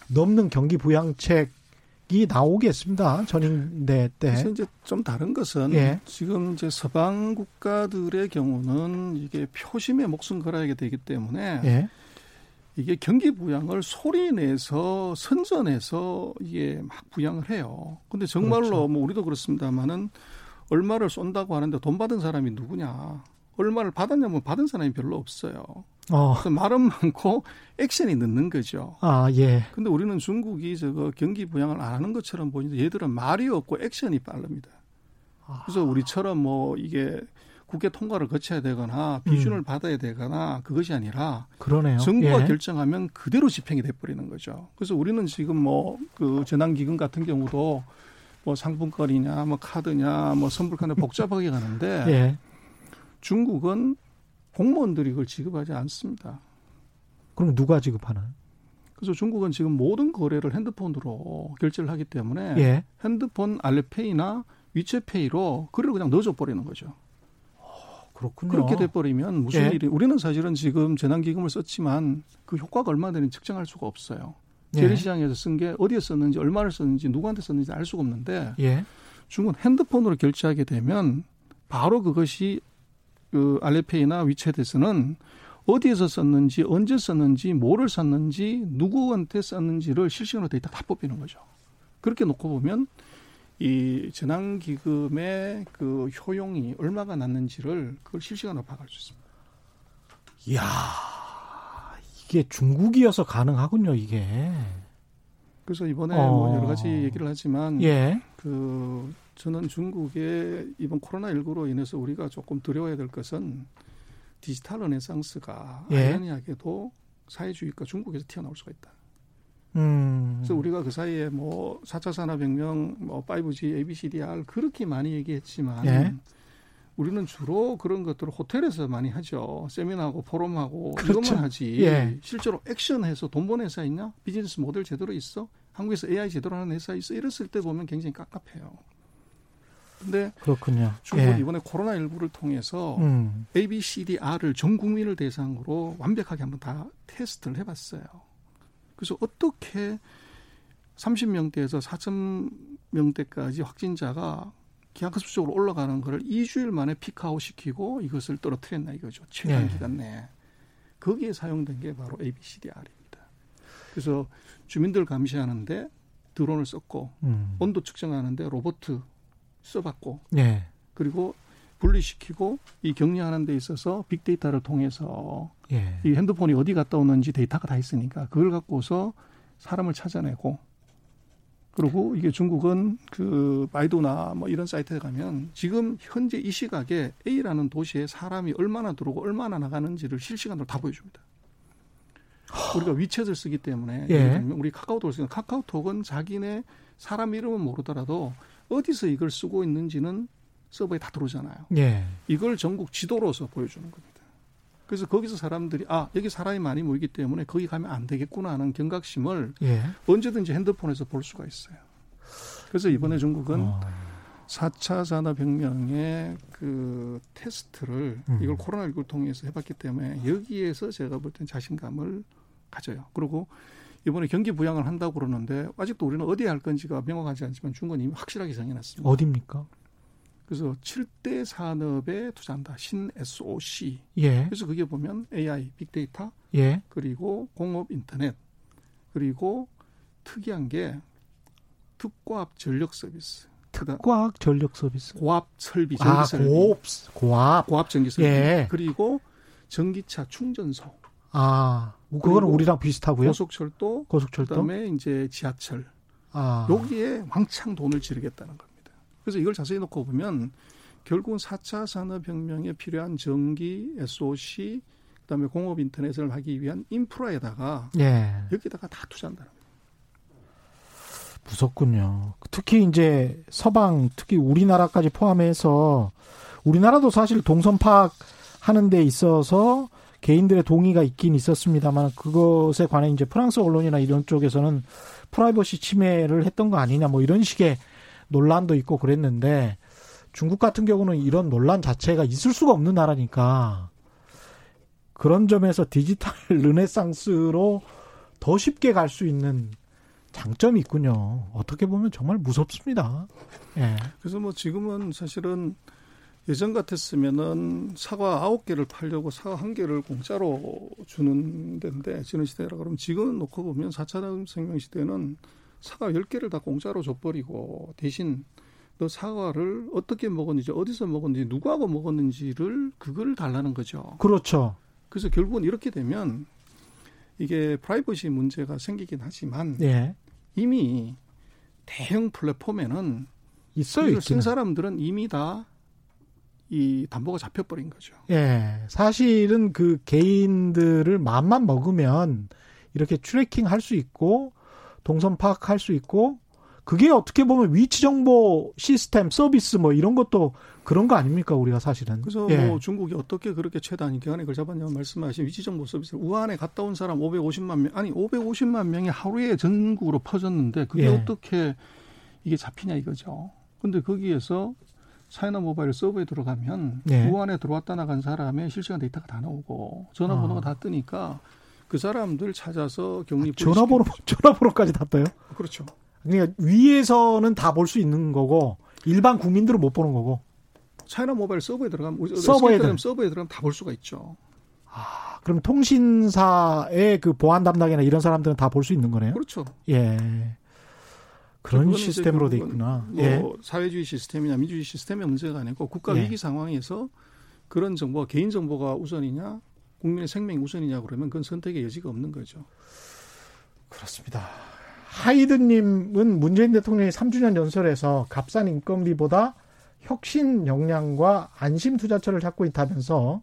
넘는 경기 부양책이 나오겠습니다. 전인대 때. 그래서 이제 좀 다른 것은 예. 지금 이제 서방 국가들의 경우는 이게 표심에 목숨 걸어야 되기 때문에 예. 이게 경기 부양을 소리 내서 선전해서 이게 막 부양을 해요. 근데 정말로 그렇죠. 뭐 우리도 그렇습니다만은 얼마를 쏜다고 하는데 돈 받은 사람이 누구냐? 얼마를 받았냐면 받은 사람이 별로 없어요. 어. 그래서 말은 많고 액션이 늦는 거죠. 아, 예. 근데 우리는 중국이 저거 경기 부양을 안 하는 것처럼 보이는데 얘들은 말이 없고 액션이 빠릅니다. 아. 그래서 우리처럼 뭐 이게 국회 통과를 거쳐야 되거나 비준을 받아야 되거나 그것이 아니라 음. 그러네요. 정부가 예. 결정하면 그대로 집행이 돼버리는 거죠. 그래서 우리는 지금 뭐 그 재난기금 같은 경우도 뭐 상품권이냐, 뭐 카드냐, 뭐 선불카드 복잡하게 가는데 예. 중국은 공무원들이 그걸 지급하지 않습니다. 그럼 누가 지급하나요? 그래서 중국은 지금 모든 거래를 핸드폰으로 결제를 하기 때문에 예. 핸드폰 알레페이나 위챗페이로 거래를 그냥 넣어줘 버리는 거죠. 그렇군요. 그렇게 돼버리면 무슨 예. 일이 우리는 사실은 지금 재난기금을 썼지만 그 효과가 얼마나 되는지 측정할 수가 없어요. 예. 재래시장에서 쓴 게 어디에 썼는지 얼마를 썼는지 누구한테 썼는지 알 수가 없는데 예. 중국은 핸드폰으로 결제하게 되면 바로 그것이 그 알레페이나 위챗에서는 어디에서 썼는지 언제 썼는지 뭐를 썼는지 누구한테 썼는지를 실시간으로 데이터 다 뽑히는 거죠. 그렇게 놓고 보면 이 재난기금의 그 효용이 얼마가 났는지를 그걸 실시간으로 파악할 수 있습니다. 이야. 이게 중국이어서 가능하군요, 이게. 그래서 이번에 어. 뭐 여러 가지 얘기를 하지만 예. 그 저는 중국의 이번 코로나 19로 인해서 우리가 조금 두려워해야 될 것은 디지털 르네상스가 예. 아이러니하게도 사회주의가 중국에서 튀어나올 수가 있다. 음. 그래서 우리가 그 사이에 뭐 4차 산업혁명, 뭐 5G, ABCDR 그렇게 많이 얘기했지만 예. 우리는 주로 그런 것들을 호텔에서 많이 하죠. 세미나하고 포럼하고 그렇죠. 이것만 하지. 예. 실제로 액션해서 돈 버는 회사 있냐? 비즈니스 모델 제대로 있어? 한국에서 AI 제대로 하는 회사 있어? 이랬을 때 보면 굉장히 깝깝해요. 근데 그렇군요. 중국은 예. 이번에 코로나19를 통해서 음. ABCDR을 전 국민을 대상으로 완벽하게 한번 다 테스트를 해봤어요. 그래서 어떻게 30명대에서 4,000명대까지 확진자가 기하급수적으로 올라가는 거를 2주일 만에 피크아웃 시키고 이것을 떨어뜨렸나 이거죠. 최단 예. 기간 내에. 거기에 사용된 게 바로 ABCDR입니다. 그래서 주민들 감시하는데 드론을 썼고 음. 온도 측정하는데 로봇 써봤고 예. 그리고 분리시키고 이 격리하는 데 있어서 빅데이터를 통해서 예. 이 핸드폰이 어디 갔다 오는지 데이터가 다 있으니까 그걸 갖고서 사람을 찾아내고 그리고 이게 중국은 그 바이두나 뭐 이런 사이트에 가면 지금 현재 이 시각에 A라는 도시에 사람이 얼마나 들어오고 얼마나 나가는지를 실시간으로 다 보여줍니다. 우리가 위챗을 쓰기 때문에 예. 예를 들면 우리 카카오톡을 쓰는 카카오톡은 자기네 사람 이름은 모르더라도 어디서 이걸 쓰고 있는지는 서버에 다 들어오잖아요. 예. 이걸 전국 지도로서 보여주는 겁니다. 그래서 거기서 사람들이 아 여기 사람이 많이 모이기 때문에 거기 가면 안 되겠구나 하는 경각심을 예. 언제든지 핸드폰에서 볼 수가 있어요. 그래서 이번에 중국은 어. 4차 산업혁명의 그 테스트를 음. 이걸 코로나19를 통해서 해봤기 때문에 여기에서 제가 볼 땐 자신감을 가져요. 그리고 이번에 경기 부양을 한다고 그러는데 아직도 우리는 어디에 할 건지가 명확하지 않지만 중국은 이미 확실하게 정해놨습니다. 어딥니까? 그래서 7대 산업에 투자한다. 신 SOC. 예. 그래서 그게 보면 AI, 빅데이터, 예. 그리고 공업 인터넷, 그리고 특이한 게 특과합 전력 서비스, 그다음 과학 전력 서비스. 고압 설비, 전기 아, 설비, 고압. 고압. 고압 전기 설비, 예. 그리고 전기차 충전소, 아, 그거는 그리고 우리랑 비슷하고요. 고속철도, 고속철도. 그다음에 이제 지하철. 아. 여기에 왕창 돈을 지르겠다는 겁니다. 그래서 이걸 자세히 놓고 보면 결국은 4차 산업혁명에 필요한 전기, SOC, 그다음에 공업 인터넷을 하기 위한 인프라에다가 예. 여기다가 다 투자한다는 거예요. 무섭군요. 특히 이제 서방, 특히 우리나라까지 포함해서 우리나라도 사실 동선 파악하는 데 있어서 개인들의 동의가 있긴 있었습니다만 그것에 관해 이제 프랑스 언론이나 이런 쪽에서는 프라이버시 침해를 했던 거 아니냐 뭐 이런 식의 논란도 있고 그랬는데 중국 같은 경우는 이런 논란 자체가 있을 수가 없는 나라니까 그런 점에서 디지털 르네상스로 더 쉽게 갈 수 있는 장점이 있군요. 어떻게 보면 정말 무섭습니다. 예. 그래서 뭐 지금은 사실은 예전 같았으면은 사과 아홉 개를 팔려고 사과 한 개를 공짜로 주는 데인데 지는 시대라 그러면 지금 놓고 보면 4차 생명 시대는 사과 열개를다 공짜로 줘버리고 대신 너 사과를 어떻게 먹었는지 어디서 먹었는지 누구하고 먹었는지를 그걸 달라는 거죠. 그렇죠. 그래서 결국은 이렇게 되면 이게 프라이버시 문제가 생기긴 하지만 예. 이미 대형 플랫폼에는 있어요, 이걸 쓴 있기는. 사람들은 이미 다 이 담보가 잡혀버린 거죠. 예. 사실은 그 개인들을 마음만 먹으면 이렇게 트래킹 할 수 있고, 동선 파악할 수 있고, 그게 어떻게 보면 위치 정보 시스템 서비스 뭐 이런 것도 그런 거 아닙니까, 우리가 사실은. 그래서 예. 뭐 중국이 어떻게 그렇게 최단 기간에 그걸 잡았냐고 말씀하신 위치정보 서비스 우한에 갔다 온 사람 550만 명 아니 550만 명이 하루에 전국으로 퍼졌는데 그게 예. 어떻게 이게 잡히냐 이거죠. 근데 거기에서 차이나 모바일 서버에 들어가면 예. 우한에 들어왔다 나간 사람의 실시간 데이터가 다 나오고 전화번호가 아. 다 뜨니까 그 사람들 찾아서 격리 전화번호, 전화번호까지 다 떠요? 분리시키고. 그렇죠. 그러니까 위에서는 다 볼 수 있는 거고, 일반 국민들은 못 보는 거고. 차이나 모바일 서버에 들어가면 우리 서버에 스케이트 들어가면 서버에 들어가면 다 볼 수가 있죠. 아, 그럼 통신사의 그 보안 담당이나 이런 사람들은 다 볼 수 있는 거네요? 그렇죠. 예. 그런 그거는 시스템으로 돼 이제 있구나. 뭐 예. 사회주의 시스템이나 민주주의 시스템의 문제가 아니고 국가 예. 위기 상황에서 그런 정보가 개인 정보가 우선이냐 국민의 생명이 우선이냐 그러면 그건 선택의 여지가 없는 거죠. 그렇습니다. 하이든님은 문재인 대통령이 3주년 연설에서 값싼 인건비보다 혁신 역량과 안심 투자처를 찾고 있다면서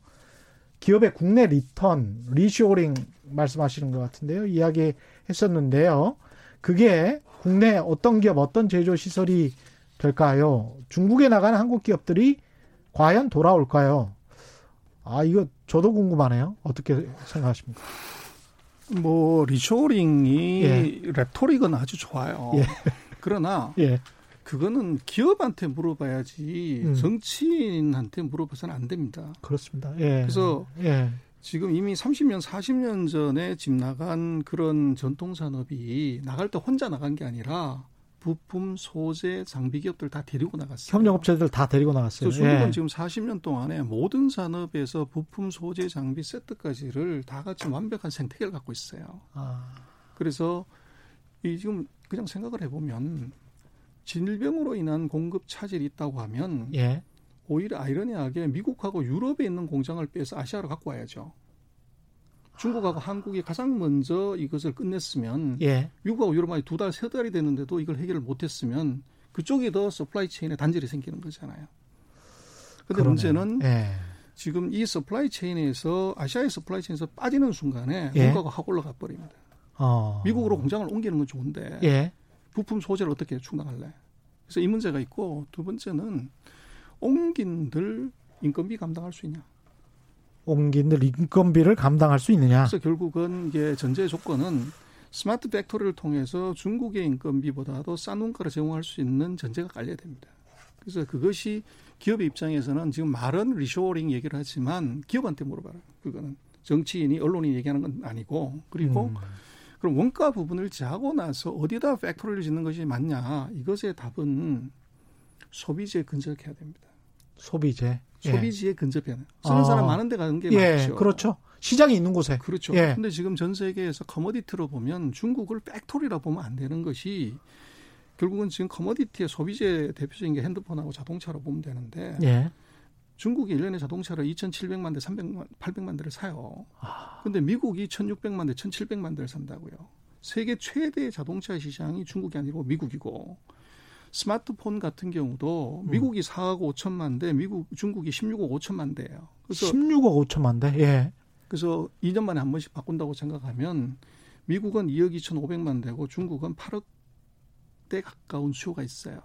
기업의 국내 리턴, 리쇼링 말씀하시는 것 같은데요. 이야기 했었는데요. 그게 국내 어떤 기업, 어떤 제조 시설이 될까요? 중국에 나가는 한국 기업들이 과연 돌아올까요? 아, 이거 저도 궁금하네요. 어떻게 생각하십니까? 뭐 리쇼링이 예. 레토릭은 아주 좋아요. 예. 그러나 예. 그거는 기업한테 물어봐야지 음. 정치인한테 물어봐서는 안 됩니다. 그렇습니다. 예. 그래서 예. 지금 이미 30년, 40년 전에 집 나간 그런 전통 산업이 나갈 때 혼자 나간 게 아니라 부품, 소재, 장비 기업들 다 데리고 나갔어요. 협력업체들 다 데리고 그래서 나왔어요. 중국은 예. 지금 40년 동안에 모든 산업에서 부품, 소재, 장비 세트까지를 다 같이 완벽한 생태계를 갖고 있어요. 아, 그래서 이 지금 그냥 생각을 해보면 질병으로 인한 공급 차질이 있다고 하면 예. 오히려 아이러니하게 미국하고 유럽에 있는 공장을 빼서 아시아로 갖고 와야죠. 중국하고 한국이 가장 먼저 이것을 끝냈으면 예. 미국하고 유럽이 두 달, 세 달이 됐는데도 이걸 해결을 못했으면 그쪽이 더 서플라이 체인에 단절이 생기는 거잖아요. 근데 그러네요. 문제는 예. 지금 이 서플라이 체인에서 아시아의 서플라이 체인에서 빠지는 순간에 예. 물가가 확 올라가 버립니다. 어. 미국으로 공장을 옮기는 건 좋은데 예. 부품 소재를 어떻게 충당할래? 그래서 이 문제가 있고 두 번째는 옮긴들 인건비 감당할 수 있냐? 옮긴들 인건비를 감당할 수 있느냐? 그래서 결국은 이게 전제 조건은 스마트 팩토리를 통해서 중국의 인건비보다도 싼 원가를 제공할 수 있는 전제가 깔려야 됩니다. 그래서 그것이 기업의 입장에서는 지금 말은 리쇼어링 얘기를 하지만 기업한테 물어봐라. 그거는 정치인이 언론이 얘기하는 건 아니고 그리고 음. 그럼 원가 부분을 제하고 나서 어디다 팩토리를 짓는 것이 맞냐? 이것의 답은 소비지에 근접해야 됩니다. 소비재. 예. 소비지에 근접해야 돼요. 쓰는 아. 사람 많은 데 가는 게 예, 맞죠. 그렇죠. 시장이 있는 곳에. 그렇죠. 예. 근데 지금 전 세계에서 커머디티로 보면 중국을 팩토리라 보면 안 되는 것이 결국은 지금 커머디티의 소비재 대표적인 게 핸드폰하고 자동차로 보면 되는데 예. 중국이 일년에 자동차를 2,700만 대, 300만, 800만 대를 사요. 아. 근데 미국이 1,600만 대, 1,700만 대를 산다고요. 세계 최대의 자동차 시장이 중국이 아니고 미국이고 스마트폰 같은 음. 경우도 미국이 4억 5천만 대, 미국 중국이 16억 5천만 대예요. 그래서 16억 5천만 대. 예. 그래서 2년 만에 한 번씩 바꾼다고 생각하면 미국은 2억 2,500만 대고 중국은 8억 대 가까운 수요가 있어요.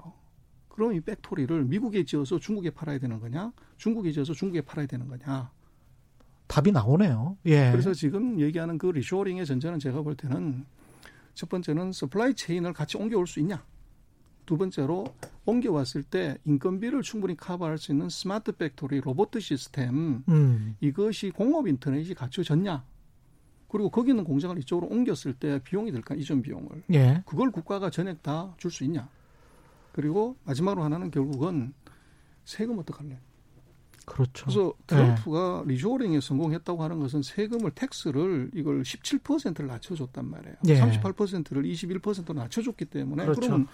그럼 이 팩토리를 미국에 지어서 중국에 팔아야 되는 거냐? 중국에 지어서 중국에 팔아야 되는 거냐? 답이 나오네요. 예. 그래서 지금 얘기하는 그 리쇼어링의 전제는 제가 볼 때는 첫 번째는 서플라이 체인을 같이 옮겨올 수 있냐? 두 번째로 옮겨왔을 때 인건비를 충분히 커버할 수 있는 스마트 팩토리 로봇 시스템 음. 이것이 공업 인터넷이 갖춰졌냐? 그리고 거기 있는 공장을 이쪽으로 옮겼을 때 비용이 들까? 이전 비용을. 예. 그걸 국가가 전액 다 줄 수 있냐? 그리고 마지막으로 하나는 결국은 세금 어떡할래? 그렇죠. 그래서 트럼프가 리조링에 성공했다고 하는 것은 세금을 텍스를 이걸 17%를 낮춰줬단 말이에요. 예. 38%를 21%로 낮춰줬기 때문에 그렇죠. 그러면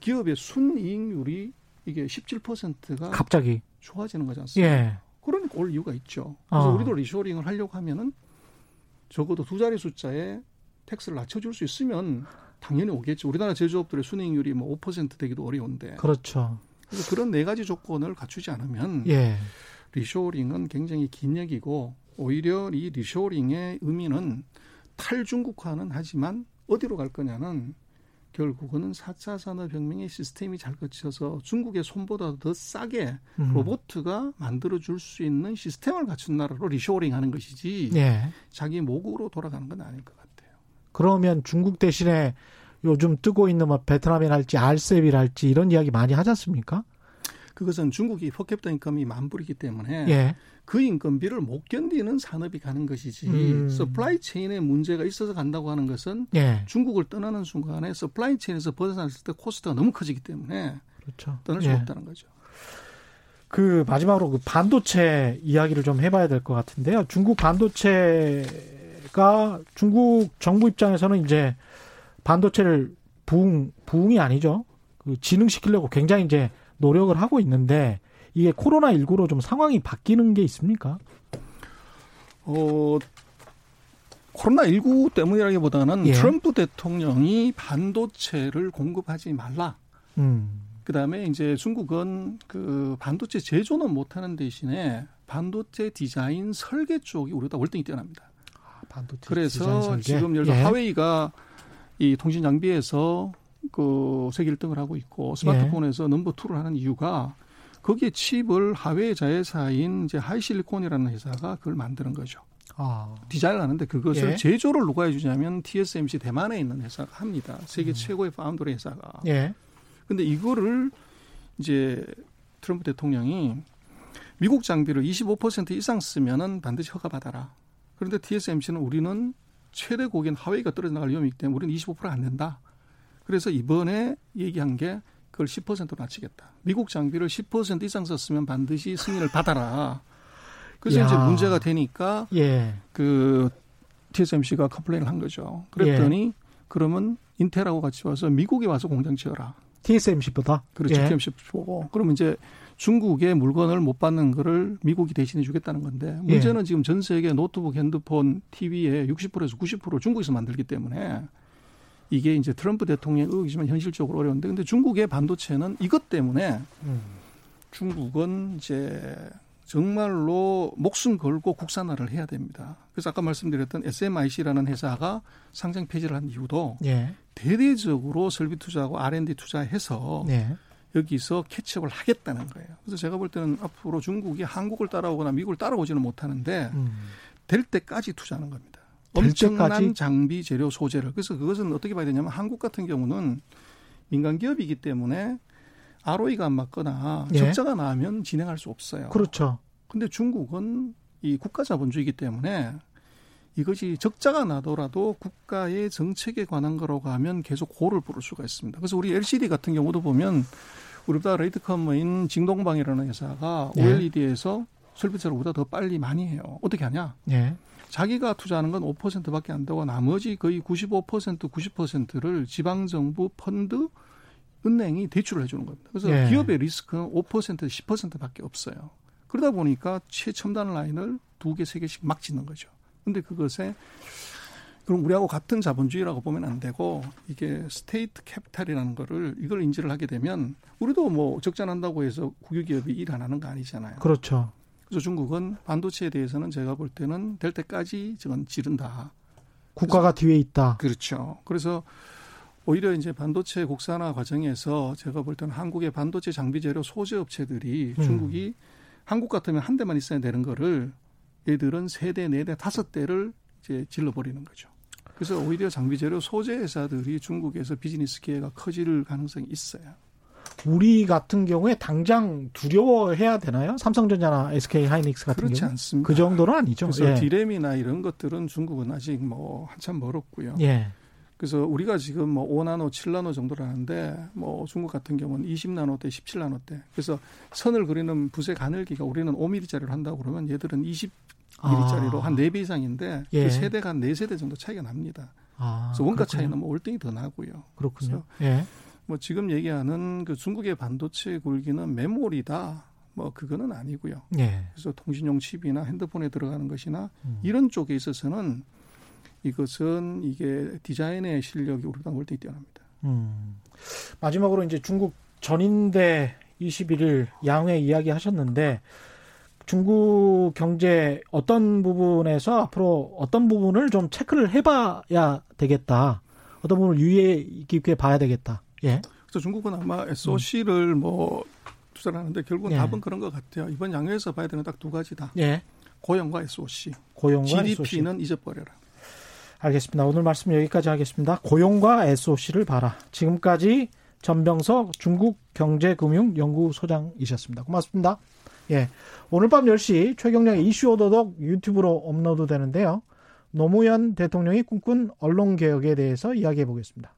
기업의 순이익률이 이게 17%가 갑자기. 좋아지는 거지 않습니까? 예. 그러니까 올 이유가 있죠. 그래서 아. 우리도 리쇼링을 하려고 하면은 적어도 두 자리 숫자에 텍스를 낮춰줄 수 있으면 당연히 오겠죠. 우리나라 제조업들의 순이익률이 뭐 5% 되기도 어려운데 그렇죠. 그래서 그런 네 가지 조건을 갖추지 않으면 예. 리쇼링은 굉장히 긴 얘기고 오히려 이 리쇼링의 의미는 탈중국화는 하지만 어디로 갈 거냐는 결국은 4차 산업혁명의 시스템이 잘 거쳐서 중국의 손보다 더 싸게 음. 로보트가 만들어줄 수 있는 시스템을 갖춘 나라로 리쇼링 하는 것이지 예. 자기 목으로 돌아가는 건 아닐 것 같아요. 그러면 중국 대신에 요즘 뜨고 있는 뭐 베트남이랄지 알셉이랄지 이런 이야기 많이 하지 않습니까? 그것은 중국이 퍼캡터 인컴이 만불이기 때문에 예. 그 인건비를 못 견디는 산업이 가는 것이지 음. 서플라이 체인에 문제가 있어서 간다고 하는 것은 예. 중국을 떠나는 순간에 서플라이 체인에서 벗어났을 때 코스트가 너무 커지기 때문에 그렇죠. 떠날 수 예. 없다는 거죠. 그 마지막으로 그 반도체 이야기를 좀 해봐야 될 것 같은데요. 중국 반도체가 중국 정부 입장에서는 이제 반도체를 부흥 부흥이 아니죠. 그 진흥시키려고 굉장히 이제 노력을 하고 있는데 이게 코로나 19로 좀 상황이 바뀌는 게 있습니까? 어, 코로나 19 때문이라기보다는 예. 트럼프 대통령이 반도체를 공급하지 말라. 음. 그다음에 이제 중국은 그 반도체 제조는 못하는 대신에 반도체 디자인 설계 쪽이 우리보다 월등히 뛰어납니다. 아, 반도체 디자인 그래서 설계. 지금 예를 들어 예. 화웨이가 이 통신 장비에서 그 세계 1등을 하고 있고 예. 스마트폰에서 넘버 투를 하는 이유가 거기에 칩을 화웨이 자회사인 이제 하이실리콘이라는 회사가 그걸 만드는 거죠. 아, 디자인을 하는데 그것을 예. 제조를 누가 해주냐면 TSMC 대만에 있는 회사가 합니다. 음. 세계 최고의 파운드리 회사가. 예. 근데 이거를 이제 트럼프 대통령이 미국 장비를 25% 이상 쓰면은 반드시 허가 받아라. 그런데 TSMC는 우리는 최대 고객인 하웨이가 떨어져 나갈 위험이 있기 때문에 우리는 25%안 된다. 그래서 이번에 얘기한 게 그걸 10%로 낮추겠다. 미국 장비를 10% 이상 썼으면 반드시 승인을 받아라. 그래서 야. 이제 문제가 되니까 예. 그 TSMC가 컴플레인을 한 거죠. 그랬더니 그러면 인텔하고 같이 와서 미국에 와서 공장 지어라. TSMC보다. 그렇죠. 예. TSMC 보고. 그러면 이제 중국의 물건을 못 받는 거를 미국이 대신해 주겠다는 건데 예. 문제는 지금 전 세계 노트북, 핸드폰, TV의 60%에서 90%를 중국에서 만들기 때문에 이게 이제 트럼프 대통령의 의혹이지만 현실적으로 어려운데 근데 중국의 반도체는 이것 때문에 음. 중국은 이제 정말로 목숨 걸고 국산화를 해야 됩니다. 그래서 아까 말씀드렸던 SMIC라는 회사가 상장 폐지를 한 이유도 예. 대대적으로 설비 투자하고 R&D 투자해서 예. 여기서 캐치업을 하겠다는 거예요. 그래서 제가 볼 때는 앞으로 중국이 한국을 따라오거나 미국을 따라오지는 못하는데 음. 될 때까지 투자하는 겁니다. 될 엄청난 때까지? 장비, 재료, 소재를. 그래서 그것은 어떻게 봐야 되냐면 한국 같은 경우는 민간 기업이기 때문에 ROE가 안 맞거나 예. 적자가 나면 진행할 수 없어요. 그렇죠. 근데 중국은 이 국가 자본주의이기 때문에 이것이 적자가 나더라도 국가의 정책에 관한 거라고 하면 계속 고를 부를 수가 있습니다. 그래서 우리 LCD 같은 경우도 보면 우리보다 레이트 컴머인 징동방이라는 회사가 네. OLED에서 설비차를 보다 더 빨리 많이 해요. 어떻게 하냐? 예. 자기가 투자하는 건 5%밖에 안 되고 나머지 거의 95% 90%를 지방 정부 펀드 은행이 대출을 해주는 겁니다. 그래서 예. 기업의 리스크는 5% 10%밖에 없어요. 그러다 보니까 최첨단 라인을 두 개, 세 개씩 막 짓는 거죠. 근데 그것에 그럼 우리하고 같은 자본주의라고 보면 안 되고 이게 스테이트 캐피탈이라는 거를 이걸 인지를 하게 되면 우리도 뭐 적자 난다고 해서 국유기업이 일 안 하는 거 아니잖아요. 그렇죠. 그래서 중국은 반도체에 대해서는 제가 볼 때는 될 때까지 저건 지른다. 국가가 뒤에 있다. 그렇죠. 그래서 오히려 이제 반도체 국산화 과정에서 제가 볼 때는 한국의 반도체 장비 재료 소재 업체들이 음. 중국이 한국 같으면 한 대만 있어야 되는 거를 얘들은 세 대, 네 대, 다섯 대를 이제 질러버리는 거죠. 그래서 오히려 장비 재료 소재 회사들이 중국에서 비즈니스 기회가 커질 가능성이 있어요. 우리 같은 경우에 당장 두려워해야 되나요? 삼성전자나 SK 하이닉스 같은 그렇지 경우. 않습니다. 그 정도는 아니죠. 그래서 디램이나 이런 것들은 중국은 아직 뭐 한참 멀었고요. 예. 예. 그래서 우리가 지금 뭐 5나노, 7나노 정도라는데 뭐 중국 같은 경우는 20나노 대 17나노 대. 그래서 선을 그리는 붓의 가늘기가 우리는 5mm짜리로 한다고 그러면 얘들은 20mm짜리로 아. 한 네. 4배 이상인데 예. 그 세대가 한 4세대 정도 차이가 납니다. 아, 그래서 원가 그렇군요. 차이는 뭐 월등히 더 나고요. 그렇군요. 예. 뭐 지금 얘기하는 그 중국의 반도체 굴기는 메모리다. 뭐 그거는 아니고요. 예. 그래서 통신용 칩이나 핸드폰에 들어가는 것이나 음. 이런 쪽에 있어서는 이것은 이게 디자인의 실력이 우리보다 월등히 뛰어납니다. 음. 마지막으로 이제 중국 전인대 21일 양회 이야기 하셨는데 중국 경제 어떤 부분에서 앞으로 어떤 부분을 좀 체크를 해봐야 되겠다. 어떤 부분을 유의해 깊게 봐야 되겠다. 예. 그래서 중국은 아마 음. SOC를 뭐 투자를 하는데 결국은 예. 답은 그런 것 같아요. 이번 양회에서 봐야 되는 딱 두 가지다. 예. 고용과 SOC. 고용과 SOC. GDP는 잊어버려라. 알겠습니다. 오늘 말씀 여기까지 하겠습니다. 고용과 SOC를 봐라. 지금까지 전병석 중국 경제금융연구소장이셨습니다. 고맙습니다. 예. 오늘 밤 10시 최경량의 이슈 오도독 유튜브로 업로드 되는데요. 노무현 대통령이 꿈꾼 언론개혁에 대해서 이야기해 보겠습니다.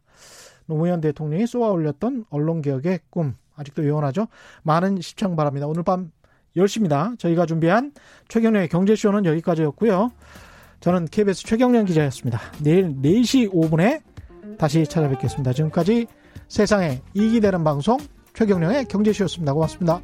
노무현 대통령이 쏘아 올렸던 언론개혁의 꿈. 아직도 요원하죠? 많은 시청 바랍니다. 오늘 밤 10시입니다. 저희가 준비한 최경량의 경제쇼는 여기까지였고요. 저는 KBS 최경련 기자였습니다. 내일 4시 5분에 다시 찾아뵙겠습니다. 지금까지 세상에 이익이 되는 방송 최경련의 경제쇼였습니다. 고맙습니다.